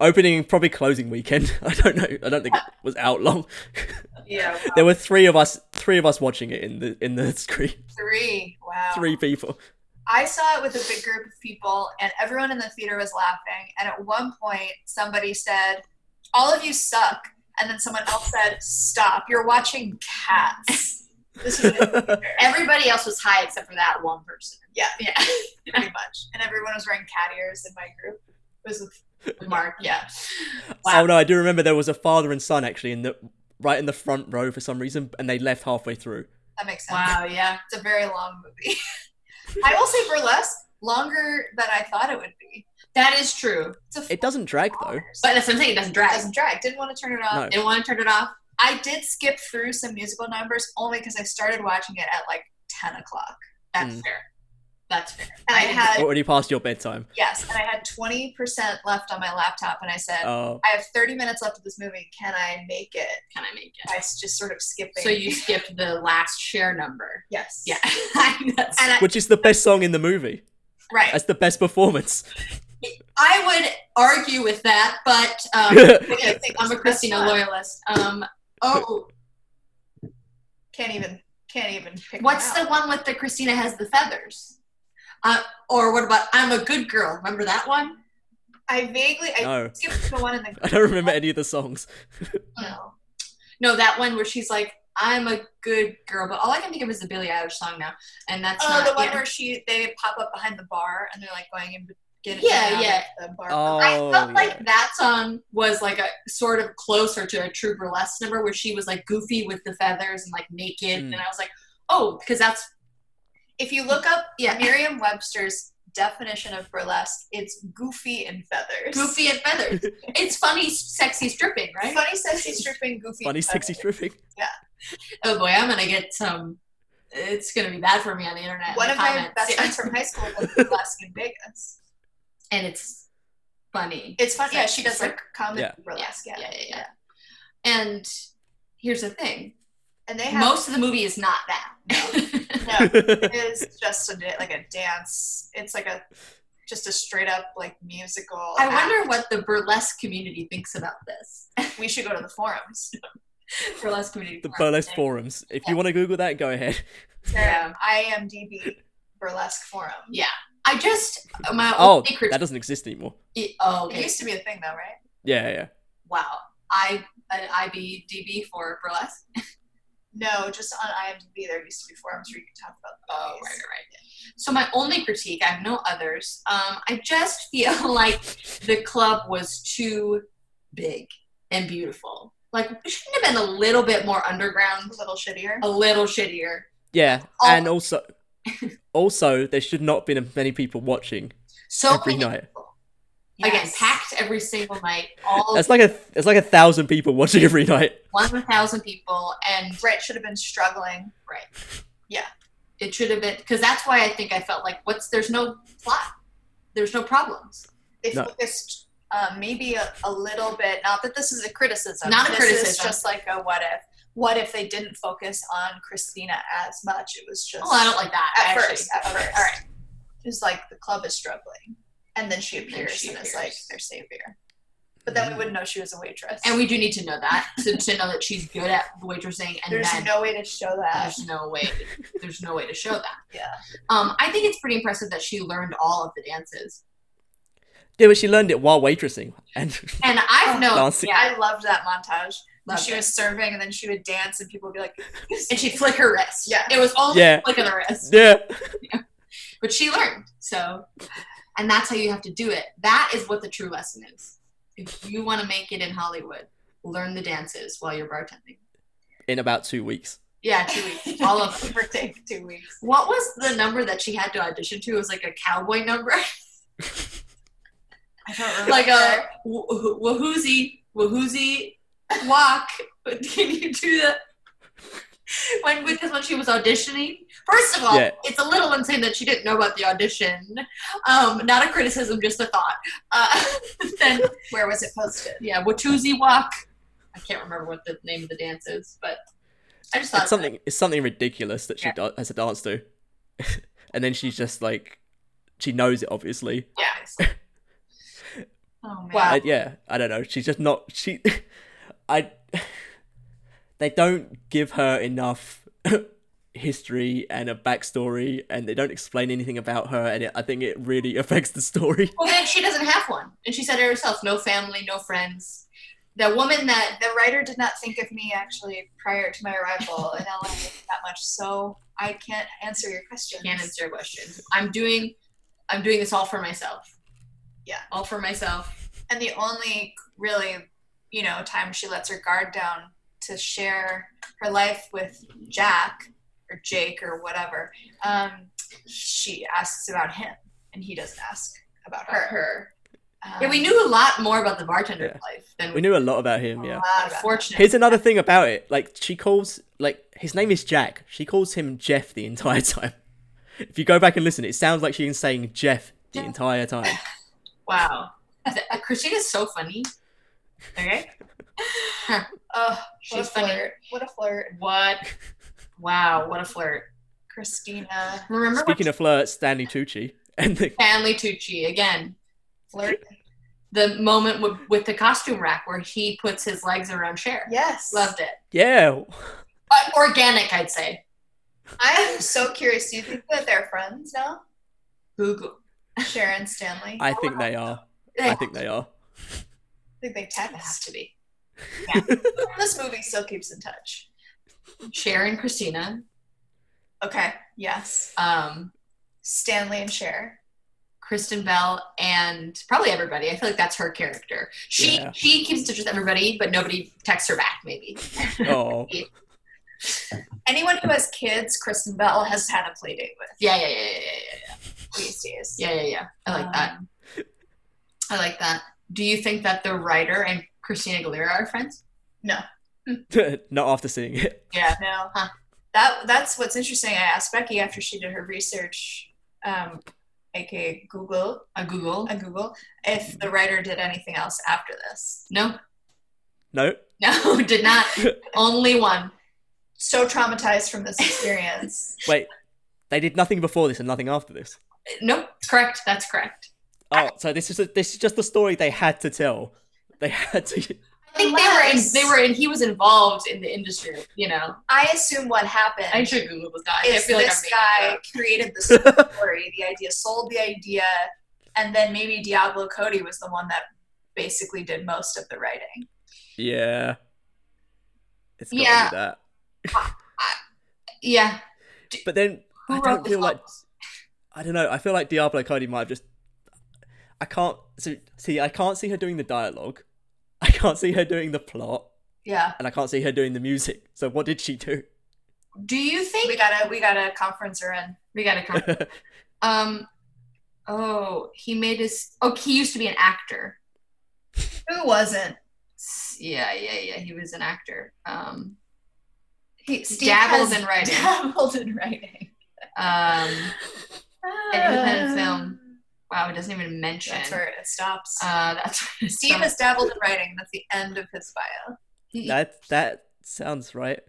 Opening, probably closing weekend. I don't know. I don't think it was out long.
Yeah. wow.
There were three of us. Three of us watching it in the in the screen.
Three. Wow.
Three people.
I saw it with a big group of people, and everyone in the theater was laughing. And at one point, somebody said, All of you suck. And then someone else said, Stop, you're watching cats. This was in the theater,
Everybody else was high except for that one person.
Yeah.
Yeah.
pretty much. And everyone was wearing cat ears in my group. It was with
Mark.
Yeah.
Oh no, I do remember there was a father and son actually in the right in the front row for some reason, and they left halfway through.
That makes sense.
Wow, yeah.
It's a very long movie. I will say burlesque, longer than I thought it would be.
That is true.
It's a
It doesn't drag though.
But that's what I'm saying, it doesn't drag.
doesn't drag. Didn't want to turn it off.
No.
Didn't want to turn it off.
I did skip through some musical numbers only because I started watching it at like 10 o'clock.
That's
Mm.
fair. That's fair.
And I
didn't-
had,
Already past your bedtime.
yes, and I had 20% left on my laptop. And I said,
Oh,
I have 30 minutes left of this movie. Can I make it?
can I make it?
By s- just sort of skipping.
So you skipped the last share number.
yes.
Yeah. That's-
And I,
which is the best song in the movie.
right.
That's the best performance.
I would argue with that, but um,
I think
I'm a Christina loyalist. Um, oh,
Can't even, can't even pick one
what's
out.
the one with the Christina has the feathers? Uh, or what about I'm a good girl? Remember that one?
I vaguely, I
No,
skipped the one in the,
I don't remember any of the songs.
no.
No, that one where she's like, I'm a good girl, but all I can think of is the Billie Eilish song now, and that's
Oh,
not,
the one
yeah.
where she, they pop up behind the bar and they're like going and getting
Yeah,
out of
yeah.
the bar.
I
Oh,
felt
yeah.
like that song was like a sort of closer to a true burlesque number where she was like goofy with the feathers and like naked,
Mm.
Hmm.
and I was like, oh, because that's
If you look up
Yeah.
Merriam Webster's definition of burlesque, it's goofy in feathers.
goofy and feathers. it's funny, sexy stripping, right?
Funny, sexy, stripping, goofy.
funny,
in feathers.
sexy, tripping.
oh boy, I'm gonna get some. It's gonna be bad for me on the internet.
One
the
of my
comments.
best
Yeah.
friends from high school was burlesque in Vegas.
and it's funny.
It's fun. Yeah,
Sexy
she does like comedy
Yeah.
burlesque. Yeah.
yeah, yeah, yeah. And here's the thing:
and they have
most of the movie is not that.
no, it is just a da- like a dance. It's like a just a straight up like musical.
I
act.
wonder what the burlesque community thinks about this.
We should go to the forums.
burlesque community.
The
forum.
burlesque forums. If you
Yeah.
want to Google that, go ahead.
Yeah.
IMDb burlesque forum.
I just my
Oh,
old secret.
that doesn't exist anymore.
i- oh,
It
okay.
used to be a thing though, right?
Yeah, yeah.
wow. I an IBDB for burlesque.
No, just on IMDb there used to be forums where you could talk about the
Oh, right,
movies.
right, right. So my only critique, I have no others. Um, I just feel like the club was too big and beautiful. Like it shouldn't have been a little bit more underground,
A little shittier.
a little shittier.
Yeah,
Oh.
and also, also there should not have been many people watching
So
every
many
night.
people. Again,
Yes.
packed every single night, all
That's like a it's like a thousand people watching every night.
one thousand people, and
Right, should have been struggling.
it should have been because that's why I think I felt like what's there's no plot, there's no problems.
They
No.
focused uh, maybe a, a little bit. Not that this is a criticism.
Not a
This Is
criticism.
just like a what if. What if they didn't focus on Christina as much? It was just
Oh, I don't like that.
at
I actually-
first. At first,
all right.
It's like the club is struggling, and then she appears
she
and is
appears.
like their savior. But then we wouldn't know she was a waitress.
And we do need to know that to, to know that she's good at waitressing, and
there's
then
no way to show that.
there's no way there's no way to show that.
Yeah.
Um, I think it's pretty impressive that she learned all of the dances,
Yeah, but she learned it while waitressing, and
and I've
Oh,
known
dancing.
yeah,
I loved that montage. When
Loved
she
it.
was serving, and then she would dance, and people would be like,
and she'd flick her wrist.
Yeah.
it was all
Yeah.
flick of the wrist.
yeah,
but she learned. So, and that's how you have to do it. That is what the true lesson is. If you want to make it in Hollywood, learn the dances while you're bartending.
in about two weeks.
Yeah, two weeks. All of them.
Give or take two weeks.
What was the number that she had to audition to? It was like a cowboy number,
I don't remember.
like a wh- wh- wahoozy, wahoozy walk. Can you do that? When because when she was auditioning, first of all,
Yeah.
it's a little insane that she didn't know about the audition. Um, not a criticism, just a thought. Uh, then
where was it posted?
yeah, Watusi Walk. I can't remember what the name of the dance is, but I just thought
It's something it's something ridiculous that she
Yeah.
da- has a dance to, and then she's just like, she knows it obviously.
Yeah.
Oh man.
Wow.
I, yeah, I don't know. She's just not. She, I. They don't give her enough history and a backstory, and they don't explain anything about her, and it, I think it really affects the story.
well, then she doesn't have one, and she said it herself: no family, no friends. The woman that
The writer did not think of me actually prior to my arrival in LA that much, so I can't answer your question.
can't answer a question. I'm doing, I'm doing this all for myself.
Yeah.
all for myself.
And the only really, you know, time she lets her guard down to share her life with Jack or Jake or whatever, um, she asks about him, and he doesn't ask about
Her,
her.
her.
Um,
Yeah, we knew a lot more about the bartender's
Yeah.
life than
We knew a lot about him. Yeah.
lot about
Unfortunate.
Here's another thing about it. Like she calls like his name is Jack. She calls him Jeff the entire time. If you go back and listen, it sounds like she's saying Jeff the
Jeff.
entire time.
wow, Th- Christina's so funny. Okay,
Oh, what
She's
a
funny.
flirt! What a flirt,
what? Wow, what a flirt.
Christina.
Remember when
Speaking of flirt, Stanley Tucci and the
Stanley Tucci again.
Flirt.
The moment with, with the costume rack where he puts his legs around Cher.
Yes.
Loved it.
yeah.
Uh, organic, I'd say.
I am so curious. Do you think that they're friends now?
Google.
Sharon Stanley. I
I think they are. I think they are.
think they
It has
text.
to be.
This movie still keeps in touch.
Cher and Christina.
Okay. Yes.
Um,
Stanley and Cher.
Kristen Bell and probably everybody. I feel like that's her character. She
Yeah.
she keeps in touch with everybody, but nobody texts her back. Maybe
Oh.
Anyone who has kids, Kristen Bell has had a play date with
yeah, yeah, yeah, yeah, yeah,
these days.
yeah, yeah, yeah, yeah. I like that.
Um,
I like that. Do you think that the writer and Christina Aguilera are friends?
Not after seeing it.
Yeah.
No.
Huh.
That that's what's interesting. I asked Becky after she did her research, um, aka Google,
A Google?
on Google, if the writer did anything else after this.
No,
No.
no, did not. Only one.
So traumatized from this experience.
Wait. They did nothing before this and nothing after this.
Nope, correct. That's correct.
Oh, so this is a, this is just the story they had to tell. They had to.
I think they were in, they were in, he was involved in the industry, you know.
I assume what happened
I should Google this guy. I
is
feel like I'm
this
making it
guy
up.
created this story, the idea, sold the idea, and then maybe Diablo Cody was the one that basically did most of the writing.
Yeah. It's gotta
Yeah.
be that.
Yeah.
But then I
wrote
don't
the
feel like
songs?
I don't know. I feel like Diablo Cody might have just. I can't so, see. I can't see her doing the dialogue. I can't see her doing the plot,
Yeah.
and I can't see her doing the music. So what did she do?
Do you think
We gotta we gotta conference her in.
we gotta come um oh he made his oh he used to be an actor.
Who wasn't?
S- Yeah, yeah, yeah. He was an actor. Um
He
Dabbled
has
in writing.
Dabbled in writing.
um independent film. wow, it doesn't even mention
Ah. That's where it stops.
uh that's
Steve has dabbled in writing. That's the end of his bio.
he,
that that sounds right.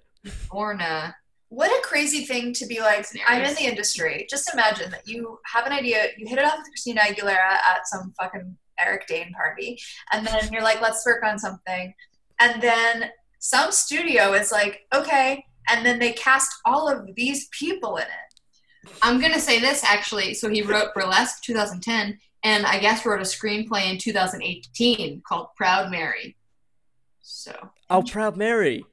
Orna.
What a crazy thing to be like. I'm in the industry. Just imagine that you have an idea, you hit it off with Christina Aguilera at some fucking Eric Dane party, and then you're like, let's work on something. And then some studio is like, okay. And then they cast all of these people in it.
I'm gonna say this actually. So he wrote Burlesque 2010, and I guess wrote a screenplay in 2018 called Proud Mary. So
Oh, Proud Mary.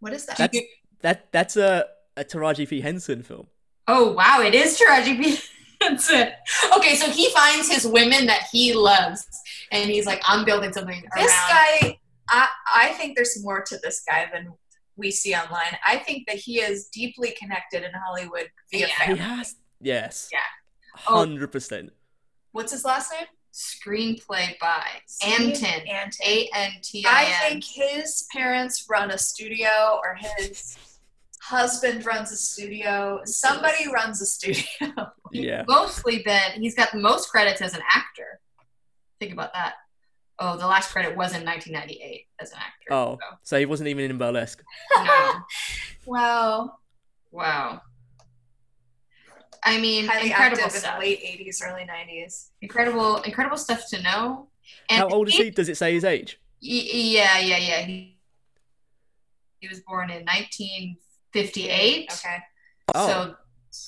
What is that?
That's that. That's a a Taraji P Henson film.
Oh wow, it is Taraji P. Henson. Okay, so he finds his women that he loves, and he's like, "I'm building something around."
this guy I, I think there's more to this guy than we see online i think that he is deeply connected in hollywood via
Yeah.
He
family.
has yes.
Yeah. Oh.
Hundred percent.
what's his last name
Screenplay by
Steve
Amton.
Antin.
A N T
i
I N.
think his parents run a studio or his husband runs a studio somebody runs a studio
He's
Yeah.
Mostly been. He's got the most credits as an actor. Think about that. Oh, the last credit was in 1998 as an actor.
Oh,
so,
so he wasn't even in burlesque.
no.
wow
wow. I mean,
highly
incredible
active
stuff.
in the late 80s early 90s
Incredible, incredible stuff to know. And
How old is he? Does it say his age?
Y- Yeah, yeah, yeah. He, he was born in 1958.
okay
Oh.
So,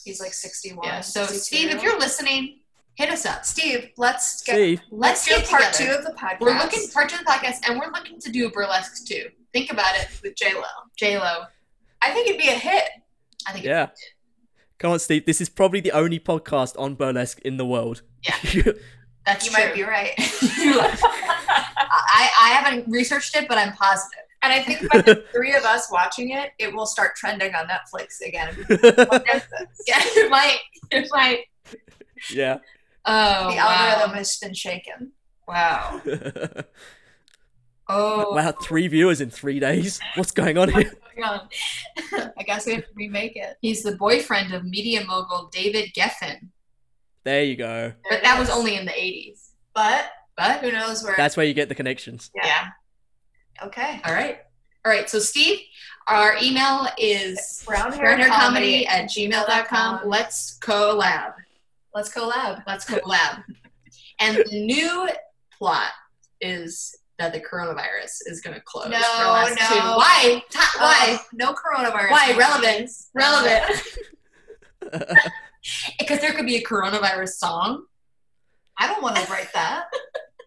he's like 61
yeah. So,
62.
Steve, if you're listening, hit us up.
steve let's get
Steve.
let's,
Let's
get
get
part
together.
two of the podcast
We're looking part two of the podcast, and we're looking to do burlesque too. Think about it with J Lo. J Lo.
i think it'd be a hit
I think.
Yeah. Come on, Steve. This is probably the only podcast on burlesque in the world. Yeah.
that's
You
true.
might be right.
I I haven't researched it, but I'm positive.
and I think by the three of us watching it, it will start trending on Netflix again. What is this?
Yeah, it might. It might.
yeah.
Oh,
the
wow.
algorithm has been shaken.
wow. Oh,
wow, three viewers in three days. What's going on here?
wow.
I guess we have to remake it.
He's the boyfriend of media mogul David Geffen.
There you go.
There
But
it
that was
is.
only in the 80s.
But
But
who knows where?
That's where you get the connections.
yeah.
yeah.
Okay.
All right. All right. So, Steve, our email is
Brown hair
brownhaircomedy
comedy.
at gmail.com. Let's collab.
Let's collab.
Let's collab. and the new plot is that the coronavirus is going to close.
No,
for us
no.
two. Why? Ta- why?
Oh, no coronavirus.
Why? Relevant. Relevant.
I
Because there could be a coronavirus song.
I don't want to write that.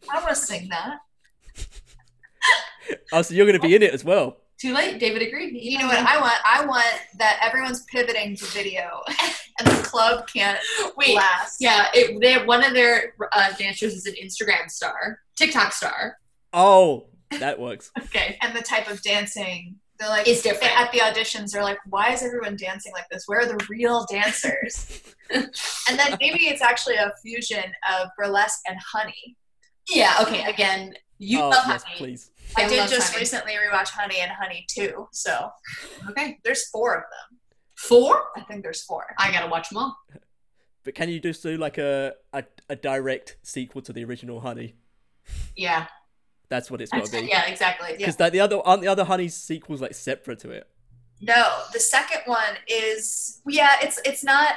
I don't want to sing that.
oh, so you're going to be in it as well.
Too late. David agreed.
You know what I want? I want that everyone's pivoting to video, and the club can't
Wait.
last.
Yeah, it, they one of their uh, dancers is an Instagram star, TikTok star.
Oh, that works.
Okay,
and the type of dancing. They're like
Is different.
they- at the auditions. They're like, why is everyone dancing like this? Where are the real dancers? and then maybe it's actually a fusion of burlesque and honey.
yeah, okay. Again, you
oh,
love
yes,
honey.
please.
I,
I
did
love
just
honey.
recently rewatch Honey and Honey Two, so
Okay,
there's four of them.
four.
I think there's four.
I gotta watch them all.
But can you just do like a, a, a direct sequel to the original Honey?
Yeah,
That's what it's got to be.
yeah, exactly. Yeah.
Because the other aren't the other Honey sequels like separate to it?
No, the second one is yeah. It's it's not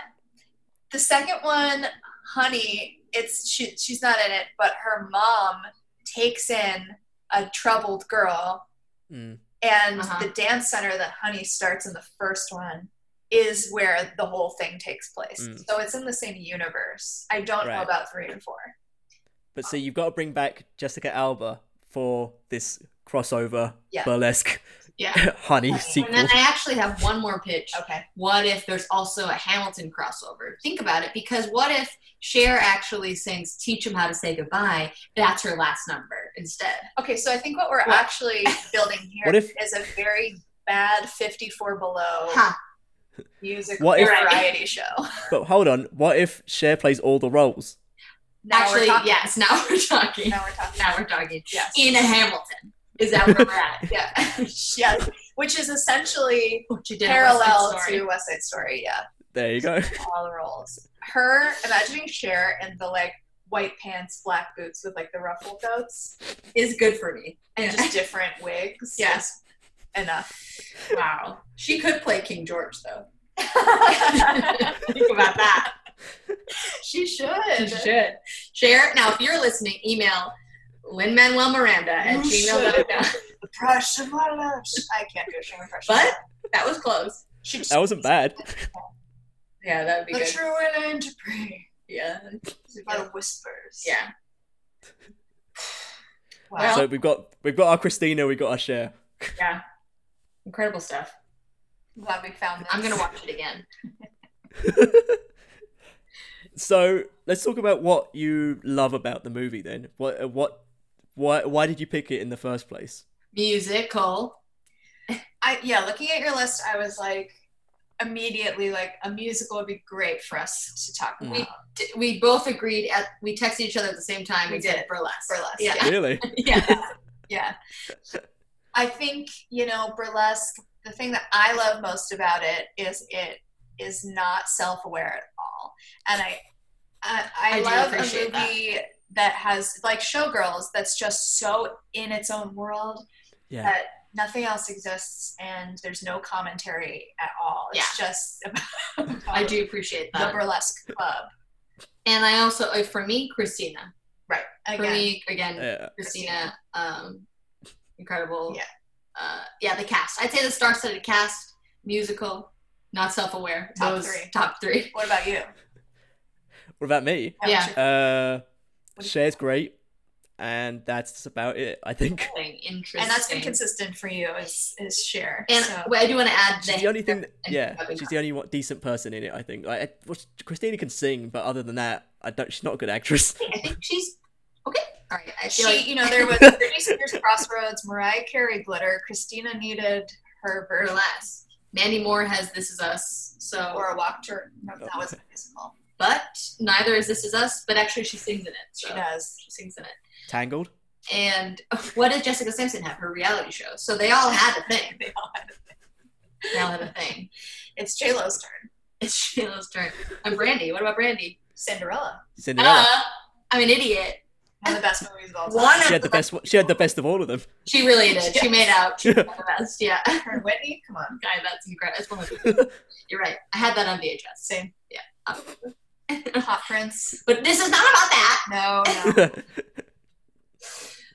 the second one. Honey, it's she, she's not in it, but her mom takes in a troubled girl
Mm.
And
Uh-huh.
the dance center that Honey starts in the first one is where the whole thing takes place.
Mm.
So it's in the same universe. I don't
Right.
know about three and four.
But see, you've got to bring back Jessica Alba for this crossover
Yeah.
burlesque
Yeah.
honey
And
sequel.
And then I actually have one more pitch.
Okay.
What if there's also a Hamilton crossover? Think about it, because what if Cher actually sings "Teach 'Em How to Say Goodbye"? That's her last number instead.
Okay, so I think what we're
What?
actually building here
What if-
is a very bad 54 below
Ha.
music
What if-
variety show.
But hold on, what if Cher plays all the roles?
Now
actually,
we're talking.
yes. Now we're talking.
Now we're talking.
Now we're talking.
Yes.
In a Hamilton. Is that where we're at?
yeah. yes. Which is essentially
What you did in West Side
parallel
Story.
to West Side Story, yeah.
There you go.
all the roles. Her imagining Cher in the like white pants, black boots with like the ruffled coats
is good for me.
and just different wigs.
Yes.
is Enough.
Wow. She could play King George though.
she
Think about that.
should.
You should share now. If you're listening, email Lin Manuel Miranda at
You
gmail.com.
Crush of my lips. I can't do a Cher impression.
But that was close.
she just,
That wasn't bad.
Yeah, that would be
the
good.
true and aim to pray.
yeah.
It's about whispers.
Yeah.
Wow.
Well-
So we've got we've got our Christina, we've got our Cher.
Incredible stuff.
I'm glad we found this.
I'm gonna watch it again.
So let's talk about what you love about the movie then. What uh, what why why did you pick it in the first place?
Musical.
I yeah, looking at your list, I was like immediately like a musical would be great for us to talk
Mm.
about.
D- We both agreed at we texted each other at the same time.
We
and said
did.
burlesque.
Burlesque,
Yeah.
Really?
yeah.
yeah i think you know burlesque the thing that i love most about it is it is not self-aware at all and i i, I,
I do
love a
appreciate that.
movie that. has like showgirls that's just so in its own world
Yeah.
that nothing else exists and there's no commentary at all it's just about,
I do appreciate
the
that.
burlesque club
And I also uh, for me, Christina.
right
For
again
me again,
Yeah.
Christina, um, incredible.
Yeah.
Uh, yeah, the cast. I'd say the star-studded cast, musical, not self-aware.
Top
Those
three.
Top three.
what about you
What about me?
What's
Yeah.
your-
Uh
What do you-
Cher's great and that's about it, I think.
Interesting.
and that's been consistent for you is is share
And
so.
wait, I do want to add
She's
that
the only thing that-
and
yeah,
rubbing
she's the only one decent person in it, I think. Like I, well, Christina can sing, but other than that, I don't she's not a good actress.
I think she's okay. All right. I
she,
feel like
you know, there was Britney Spears Crossroads, Mariah Carey Glitter, Christina needed her
or
version
less. Mandy Moore has This Is Us, so
or a walk to no, that was a musical.
but neither is This Is Us, but actually she sings in it. So
She does.
she sings in it.
Tangled?
And what did Jessica Simpson have? Her reality show. So they all had a thing.
They all had-
They all had a thing.
It's J Lo's turn.
It's Shayla's turn. And Brandy. What about Brandy?
Cinderella.
Cinderella.
Uh, I'm an idiot.
One of the best movies of all time.
One
she
of
had the best she had the best of all of them.
she really did. She made out. She was the best. Yeah.
Her and Whitney, come on.
Guy, that's incredible. It's one of the- You're right. I had that on VHS.
Same.
Yeah.
Hot Prince.
But this is not about that.
No, no.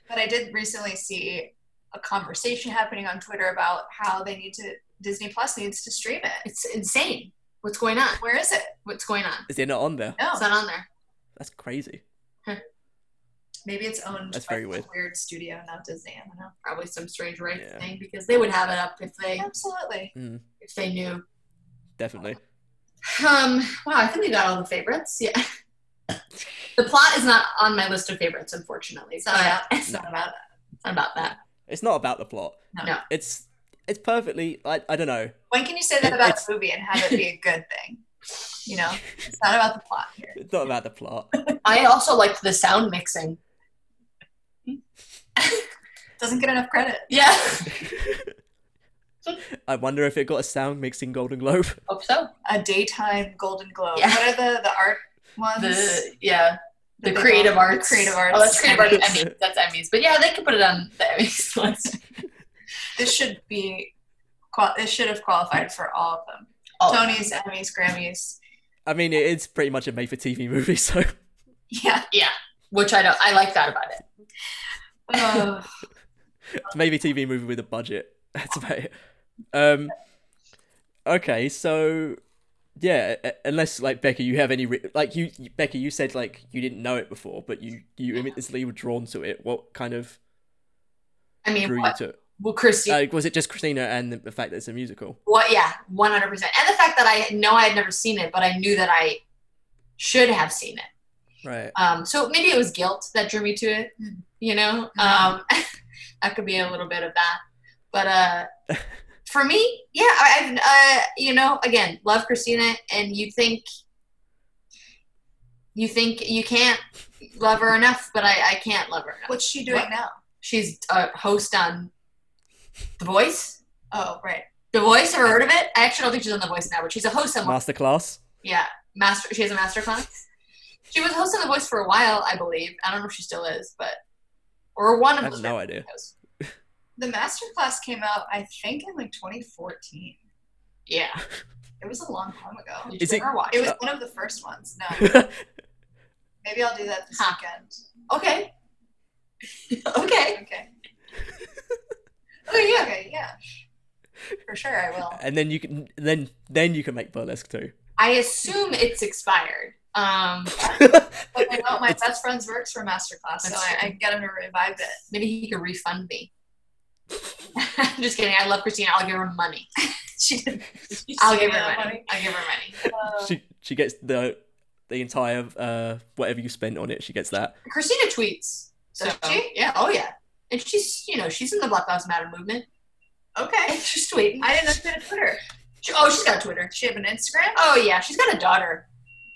But I did recently see a conversation happening on Twitter about how they need to Disney Plus needs to stream it.
It's insane. What's going on?
Where is it?
What's going on?
Is it not on there?
No.
It's not on there.
That's crazy.
Maybe it's owned
That's
by
very
a
weird.
weird studio, not Disney. I don't know.
Probably some strange right
Yeah.
thing because they would have it up if they
Absolutely.
if they knew.
Definitely.
Um. Wow. I think we got all the favorites. Yeah. the plot is not on my list of favorites, unfortunately.
It's
So
not
yeah,
about, it's not about that.
it's not about that.
It's not about the plot.
No.
No.
It's it's perfectly I I don't know.
When can you say that
It-
about
it's-
a movie and have it be a good thing? You know, it's not about the plot here.
It's not about the plot.
I also liked the sound mixing.
doesn't get enough credit.
Yeah.
I wonder if it got a sound mixing Golden Globe.
Hope so.
A daytime Golden Globe.
Yeah.
What are the the art ones?
The yeah. The
They
creative
call it the
arts.
creative arts.
Oh, that's creative arts.
Emmys.
Emmys. That's Emmys. But yeah, they could put it on the Emmys list.
This should be. qual- This should have qualified for all of them.
Oh,
Tony's, Emmys, Grammys.
I mean, it's pretty much a made for TV movie, so
Yeah.
Yeah. Which I don't. I like that about it.
Ugh.
It's maybe a TV movie with a budget. That's about it. Um, okay, so yeah, u- unless like Becca, you have any re- like you Becca, you said like you didn't know it before, but you you immediately were drawn to it. What kind of
I mean,
drew
what,
you to it?
well, Christine,
Uh, was it just Christina and the, the fact that it's a musical?
what? Yeah, one hundred percent. And the fact that I know I had never seen it, but I knew that I should have seen it.
Right.
Um, so maybe it was guilt that drew me to it. You know, um, that could be a little bit of that. But uh, for me, yeah, I, I've uh, you know, again, love Christina, and you think you think you can't love her enough, but I, I can't love her enough.
What's she doing
What?
now?
She's a host on The Voice.
Oh, right.
The Voice, ever heard of it? I actually don't think she's on The Voice now, but she's a host on.
Masterclass.
Yeah, master. She has a master class. She was hosting The Voice for a while, I believe. I don't know if she still is, but or one
I
of
have
the
no idea.
hosts.
The masterclass came out, I think, in like 2014.
Yeah,
It was a long time ago.
Is it-
Or watch
It was
Uh,
one of the first ones. No,
I
maybe I'll do that this
Huh.
weekend.
okay.
Okay.
okay. Okay. Yeah. Uh,
Okay. Yeah. For sure, I will.
and then you can then then you can make burlesque too.
I assume it's expired. Um,
But I know my
It's-
best friend's works for masterclass, so
That's
I, I
true.
can get him to revive it.
maybe he could refund me. Just kidding. I love Christina. I'll give her money.
She didn't.
I'll give her
Yeah,
money.
money.
I'll give her money.
Uh,
she she gets the the entire uh whatever you spent on it. She gets that.
Christina tweets. So
Does she?
yeah, oh yeah, and she's you know she's in the Black Lives Matter movement.
okay.
she's tweeting.
I didn't know she had a Twitter.
She- oh, she's got Twitter.
She have an Instagram?
Oh yeah, she's got a daughter.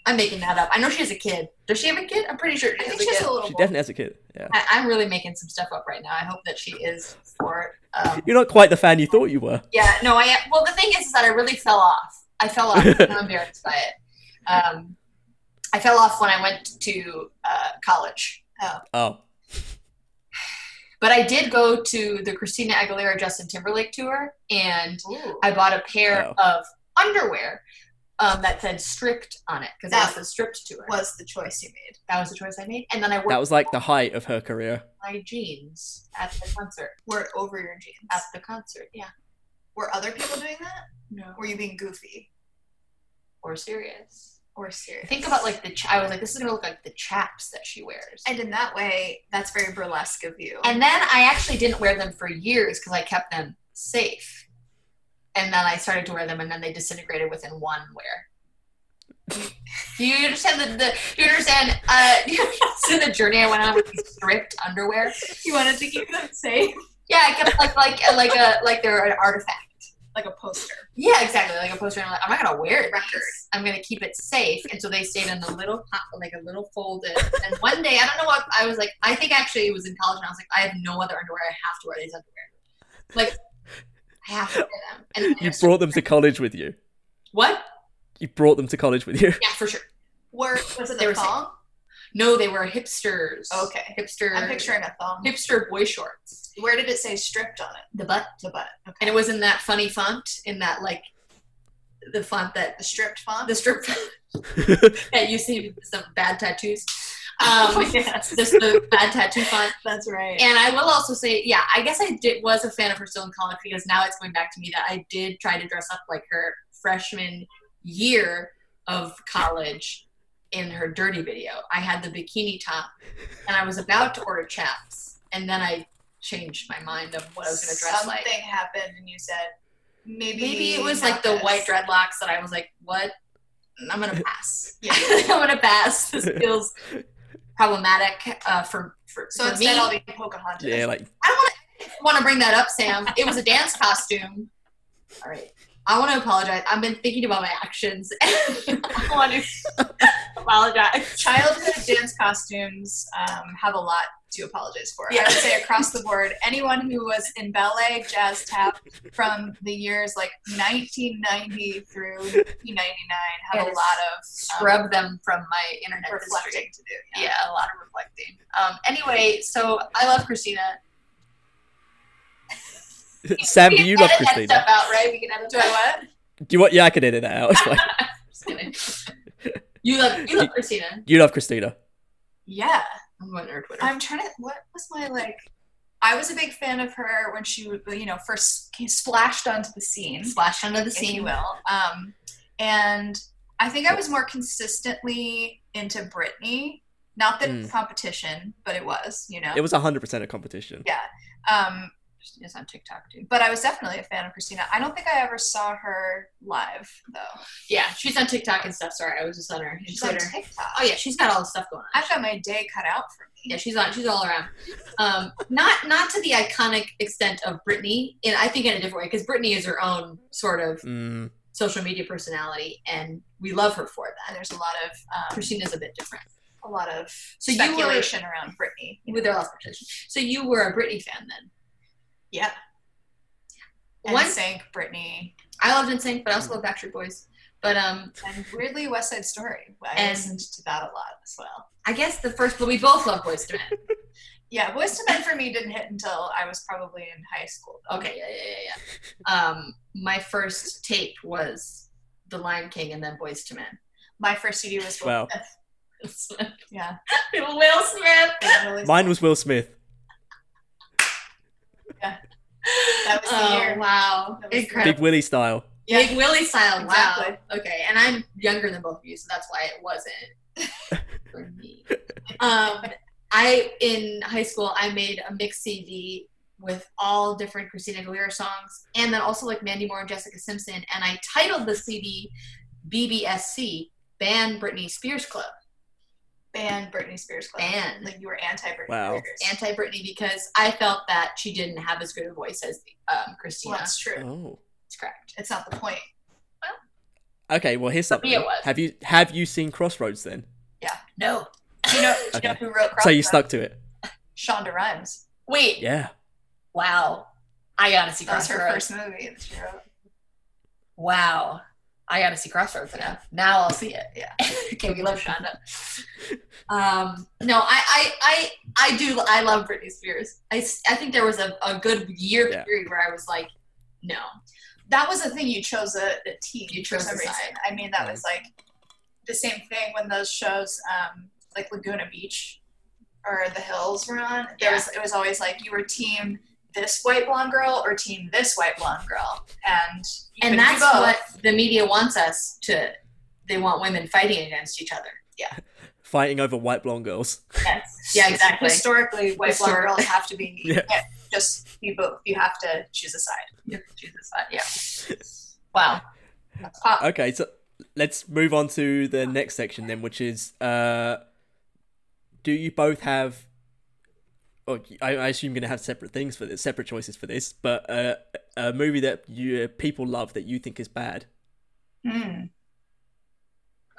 I'm making that up. I know she has a kid. Does she have a kid? I'm pretty sure she
I
has
think
a
she has
kid.
a little.
She definitely has a kid. Yeah.
I, I'm really making some stuff up right now. I hope that she is for it. Um,
You're not quite the fan you thought you were.
yeah, no, I am. Well, the thing is, is that I really fell off. I fell off. and I'm embarrassed by it. Um, I fell off when I went to uh, college. Uh,
Oh,
But I did go to the Christina Aguilera Justin Timberlake tour, and
Ooh.
I bought a pair of underwear um, that said "stripped" on it because
That
that was the stripped tour.
was the choice you made.
That was the choice I made, and then I
that
worked
was like the height of her career.
my jeans at the concert.
Were over your jeans.
At the concert, yeah.
Were other people doing that?
No.
Were you being goofy
Or serious.
or serious?
Think about like the. Ch- I was like, this is gonna look like the chaps that she wears. And,
And in that way, that's very burlesque of you.
then I actually didn't wear them for years because I kept them safe. And then I started to wear them, and then they disintegrated within one wear. Do you understand the, the do you understand uh do you understand the journey I went on with these stripped underwear?
you wanted to keep them safe,
Yeah, I kept like like like a like they're an artifact.
like a poster.
Yeah, exactly. Like a poster. I'm like, I'm not gonna wear it.
Record.
I'm gonna keep it safe. And so they stayed in a little po- like a little folded. And one day, I don't know what I was like. I think actually it was in college, and I was like, I have no other underwear. I have to wear these underwear. Like, I have to wear them. And
You brought them to college with you.
what?
You brought them to college with you.
Yeah, for sure.
Were was it
They
a
were safe.
thong?
No, they were hipsters.
Okay.
hipster.
I'm picturing a thong.
hipster boy shorts.
Where did it say stripped on it?
The butt,
The butt. Okay.
and it was in that funny font, in that like the font that
The stripped font.
the strip that you see with some bad tattoos. Um,
oh, yes.
just the bad tattoo font.
that's right.
And I will also say, yeah, I guess I did, was a fan of her still in college because now it's going back to me that I did try to dress up like her freshman year of college in her dirty video. I had the bikini top and I was about to order chaps. And then I changed my mind of what I was going to dress
Something
like.
happened, and you said maybe.
Maybe it was
not
like the
this.
white dreadlocks that I was like, what? I'm gonna pass.
Yeah.
I'm gonna pass. This feels problematic uh, for for.
So
for
instead,
me.
I'll be Pocahontas.
yeah, like
I don't want to bring that up, Sam. It was a dance costume. All right. I want to apologize. I've been thinking about my actions. I want to apologize.
childhood dance costumes um, have a lot to apologize for. I
Yeah.
would say across the board, anyone who was in ballet, jazz, tap from the years like 1990 through 1999 have a lot
Yes.
of um,
Scrub them from my internet history.
reflecting to do.
Yeah, a lot of reflecting. Um, anyway, so I love Christina.
Sam,
We
do
can
you love
edit that
Christina?
stuff out, right? We can edit
Do I what?
Do you want? Yeah, I can edit that out. It's like,
Just kidding. You love you love Christina.
you love Christina.
Yeah.
I'm going to her Twitter.
I'm trying to. What was my like? I was a big fan of her when she, you know, first came, splashed onto the scene,
Splash under the
if you
scene.
will. Um, and I think I was more consistently into Britney. Not that
Mm.
it's competition, but it was, you know.
It was 100% a competition.
Yeah. um, it's on TikTok too. But I was definitely a fan of Christina. I don't think I ever saw her live though.
Yeah, she's on TikTok and stuff. Sorry, I was just on her
She's on
Twitter.
TikTok.
oh yeah, she's got all the stuff going on.
I've got my day cut out for me.
yeah, she's on. She's all around. Um, not not to the iconic extent of Britney, and I think in a different way because Britney is her own sort of
Mm,
social media personality, and we love her for
And
that.
there's a lot of um,
Christina's a bit different.
a lot of
So you were-
speculation around Britney.
With their last petition. So you were a Britney fan then.
Yeah. And
One-
sank Britney.
I loved NSYNC, but I also love Backstreet Boys. But um,
And weirdly West Side Story. I
And-
listened to that a lot as well.
I guess the first, but we both love Boys to Men.
Yeah, Boys to Men for me didn't hit until I was probably in high school. though.
Okay, yeah, yeah, yeah, yeah. Um, my first tape was The Lion King and then Boys to Men.
My first CD was Will
Wow.
Smith. Yeah.
Will Smith.
Totally.
mine was Will Smith.
That was the
oh,
year.
Wow.
That was the year.
Big
Incredible.
Willie style.
Yeah.
Big Willie style. Wow.
Exactly.
Okay, and I'm younger than both of you, so that's why it wasn't for me. Um, I in high school I made a mix CD with all different Christina Aguilera songs, and then also like Mandy Moore and Jessica Simpson, and I titled the CD BBSC Ban Britney Spears Club.
Ban Britney Spears Club.
Ban.
Like you were anti Britney
Wow.
Spears.
anti Britney because I felt that she didn't have as good a voice as um, Christina.
Well, that's true.
Oh.
That's correct.
It's not the point.
Okay, well here's
For me
something.
it was.
Have you have you seen Crossroads then?
No.
Do you know, do
Okay.
you know who wrote Crossroads?
So you stuck to it.
Shonda Rhimes.
Wait.
Yeah.
Wow. I gotta see
That was her
Crossroads.
first movie that she wrote.
Wow. I gotta see Crossroads now. Now I'll see it.
Yeah.
okay, we love Shonda. Um, no, I, I, I, I do. I love Britney Spears. I, s- I think there was a, a good year
Yeah.
period where I was like, no.
That was the thing you chose a, a team
You
for
chose
some
a
reason.
side.
I mean, that was like the same thing when those shows, um, like Laguna Beach or The Hills were on. There
Yeah.
was it was always like you were team this white blonde girl or team this white blonde girl, and you couldn't
And
do
that's
both.
what the media wants us to. They want women fighting against each other.
Fighting over white blonde girls.
Yes. Yeah, exactly.
Historically, white
Historic-
blonde girls have to be you
Yeah.
can't just be both. You have to choose a side.
Yeah, Jesus, I- yeah. Wow.
Pop,
Okay, so let's move on to the next section then, which is uh do you both have Oh, I, I assume you're gonna have separate things for this, separate choices for this, but uh, a movie that you uh, people love that you think is bad,
Hmm.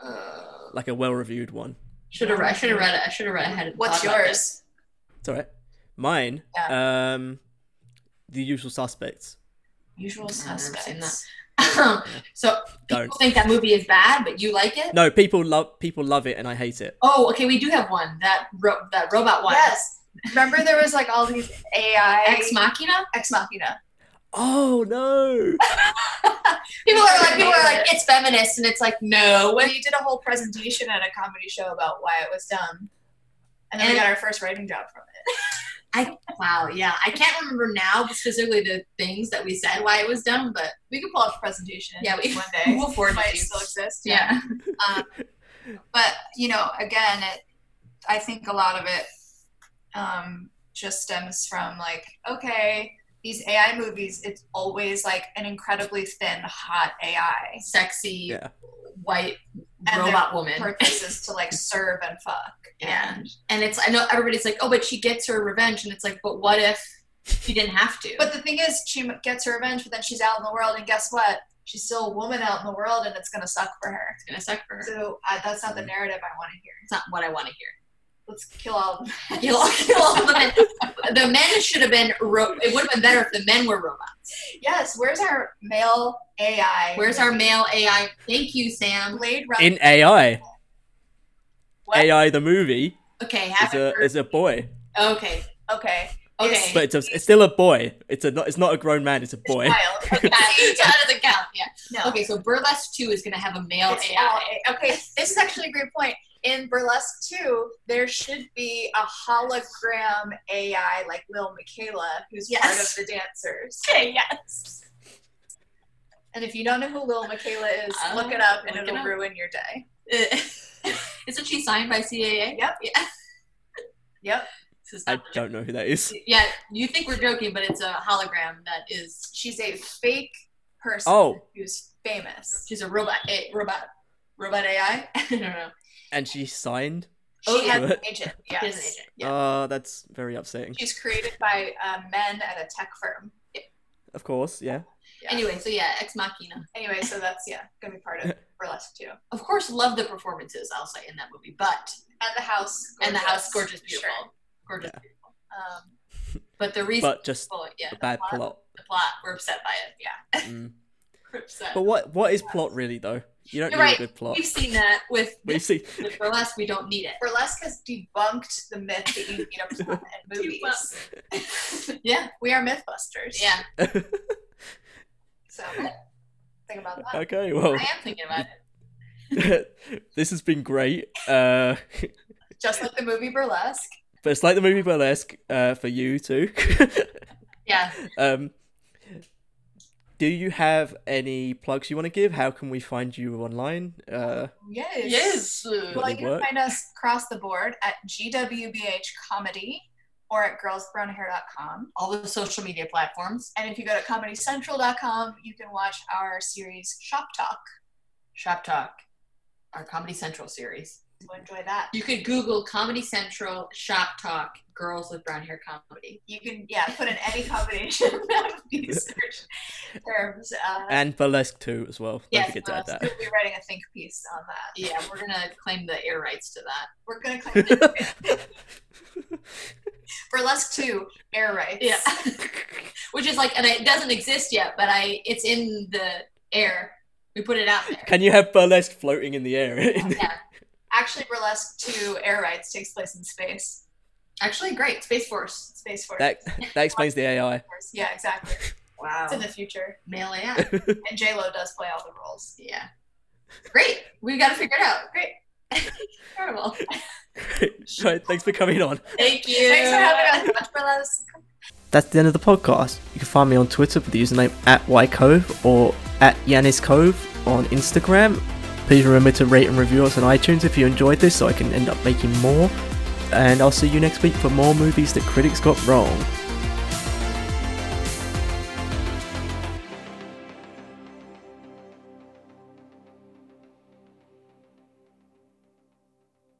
Uh,
like a well-reviewed one.
should have. I should have read it. I should have read ahead. and
What's
thought about this.
yours?
It's all right. Mine, um, The Usual Suspects.
Usual
I've never seen
suspects.
Um, so people
Don't.
think that movie is bad, but you like it.
No, people love people love it, and I hate it.
Oh, okay. We do have one that ro- that robot one.
Yes. Remember, there was like all these AI
Ex Machina.
Ex Machina.
Oh no!
People are like, people are like,
Yeah.
it's feminist, and it's like, no.
Well, you did a whole presentation at a comedy show about why it was dumb, and then we
And-
got our first writing job from it.
Wow, yeah, I can't remember now specifically the things that we said why it was done, but
We can pull up a presentation.
Yeah, we-
one
we
day.
will forward
It might
it to you.
still exist.
yeah,
um, but you know again it, i think a lot of it um, just stems from like okay these ai movies it's always like an incredibly thin hot ai
sexy
Yeah.
white
And
robot woman.
purposes to like serve and fuck
Yeah.
and
And it's I know everybody's like, oh, but she gets her revenge, and it's like, but what if she didn't have to?
but the thing is she m- gets her revenge but then she's out in the world and guess what she's still a woman out in the world and it's gonna suck for her
it's gonna suck for her.
so uh, that's not the
Mm-hmm.
narrative i want to hear
It's not what I want to hear.
let's kill all
Kill all- kill all the men. The men should have been. Ro- it would have been better if the men were robots.
yes where's our male ai
Where's our male AI? Thank you, Sam.
blade runner
In AI,
What?
AI the movie
Okay,
is
haven't
a
heard-
is a boy,
okay,
okay
okay.
but it's, a, it's still a boy. It's a not it's not a grown man. It's a boy.
Wild. Okay.
Yeah, so that doesn't count. Yeah.
No.
Okay, so Burlesque Two is gonna have a male
It's
AI.
all- okay, this is actually a great point. in Burlesque 2, there should be a hologram AI like Lil Michaela, who's
Yes.
part of the dancers.
Okay, yes.
And if you don't know who Lil Michaela is,
I'll
look it up and
Oh, look it
it'll
up.
ruin your day.
Isn't she signed by CAA?
Yep.
Yeah.
Yep.
This is
I
not a joke.
don't know who that is.
Yeah, you think we're joking, but it's a hologram that is.
She's a fake person
Oh.
who's famous.
She's a robot. A, robot. Robot AI. I don't know.
And she signed.
She
Oh,
has an
good.
agent.
She is an
Yes.
agent.
Yeah.
Uh, that's very upsetting.
She's created by uh, men at a tech firm.
Of course, yeah.
Yeah.
Anyway, so yeah, Ex Machina.
Anyway, so that's, yeah, going to be part of Burlesque 2.
Of course, love the performances. I'll say in that movie, but
And the house.
and the house gorgeous,
Sure.
beautiful, gorgeous,
Yeah.
beautiful.
Um,
But the reason,
But just
oh, yeah,
a bad
plot.
plot.
the plot, we're upset by it. Yeah,
Mm.
we're upset.
But what what is plot really though? You don't
You're
need
right.
a good plot.
We've seen that with
We've seen
with burlesque. We don't need
Burlesque has debunked the myth that you need a plot in movies.
it. yeah,
We are Mythbusters.
yeah.
So think about that.
Okay, well
I am thinking about it.
this has been great. Uh
Just like the movie Burlesque.
but it's like the movie burlesque, uh, for you too.
Yeah.
um do you have any plugs you want to give? How can we find you online? Uh,
Yes.
Well,
Well,
they
you can
work.
find us across the board at GWBH Comedy or at girlsbrownhair.com.
All the social media platforms.
And if you go to comedycentral.com, you can watch our series Shop Talk.
Shop Talk, our Comedy Central series.
So enjoy that.
You could Google Comedy Central Shop Talk Girls with Brown Hair Comedy.
You can, yeah, put in any combination of these search terms. Uh,
and burlesque too as well. Don't
Yes,
forget to add
Uh,
that.
we'll be writing a think piece on that.
Yeah, we're gonna claim the air rights to that.
We're gonna claim it. burlesque two air rights.
Yeah, which is like, and it doesn't exist yet, but I, it's in the air. We put it out there.
Can you have burlesque floating in the air?
yeah,
Actually, burlesque two air rights takes place in space.
actually, great Space Force.
Space force.
that that explains the AI.
yeah, exactly.
Wow,
It's in the future,
male AI.
and J Lo does play all the roles.
yeah, great. We got to figure it out. Great, incredible.
Right, thanks for coming on.
Thank you.
Thanks for having us. Watch burlesque.
That's the end of the podcast. You can find me on Twitter with the username at ycove or at Yanis Cove on Instagram. Please remember to rate and review us on iTunes if you enjoyed this so I can end up making more. And I'll see you next week for more movies that critics got wrong.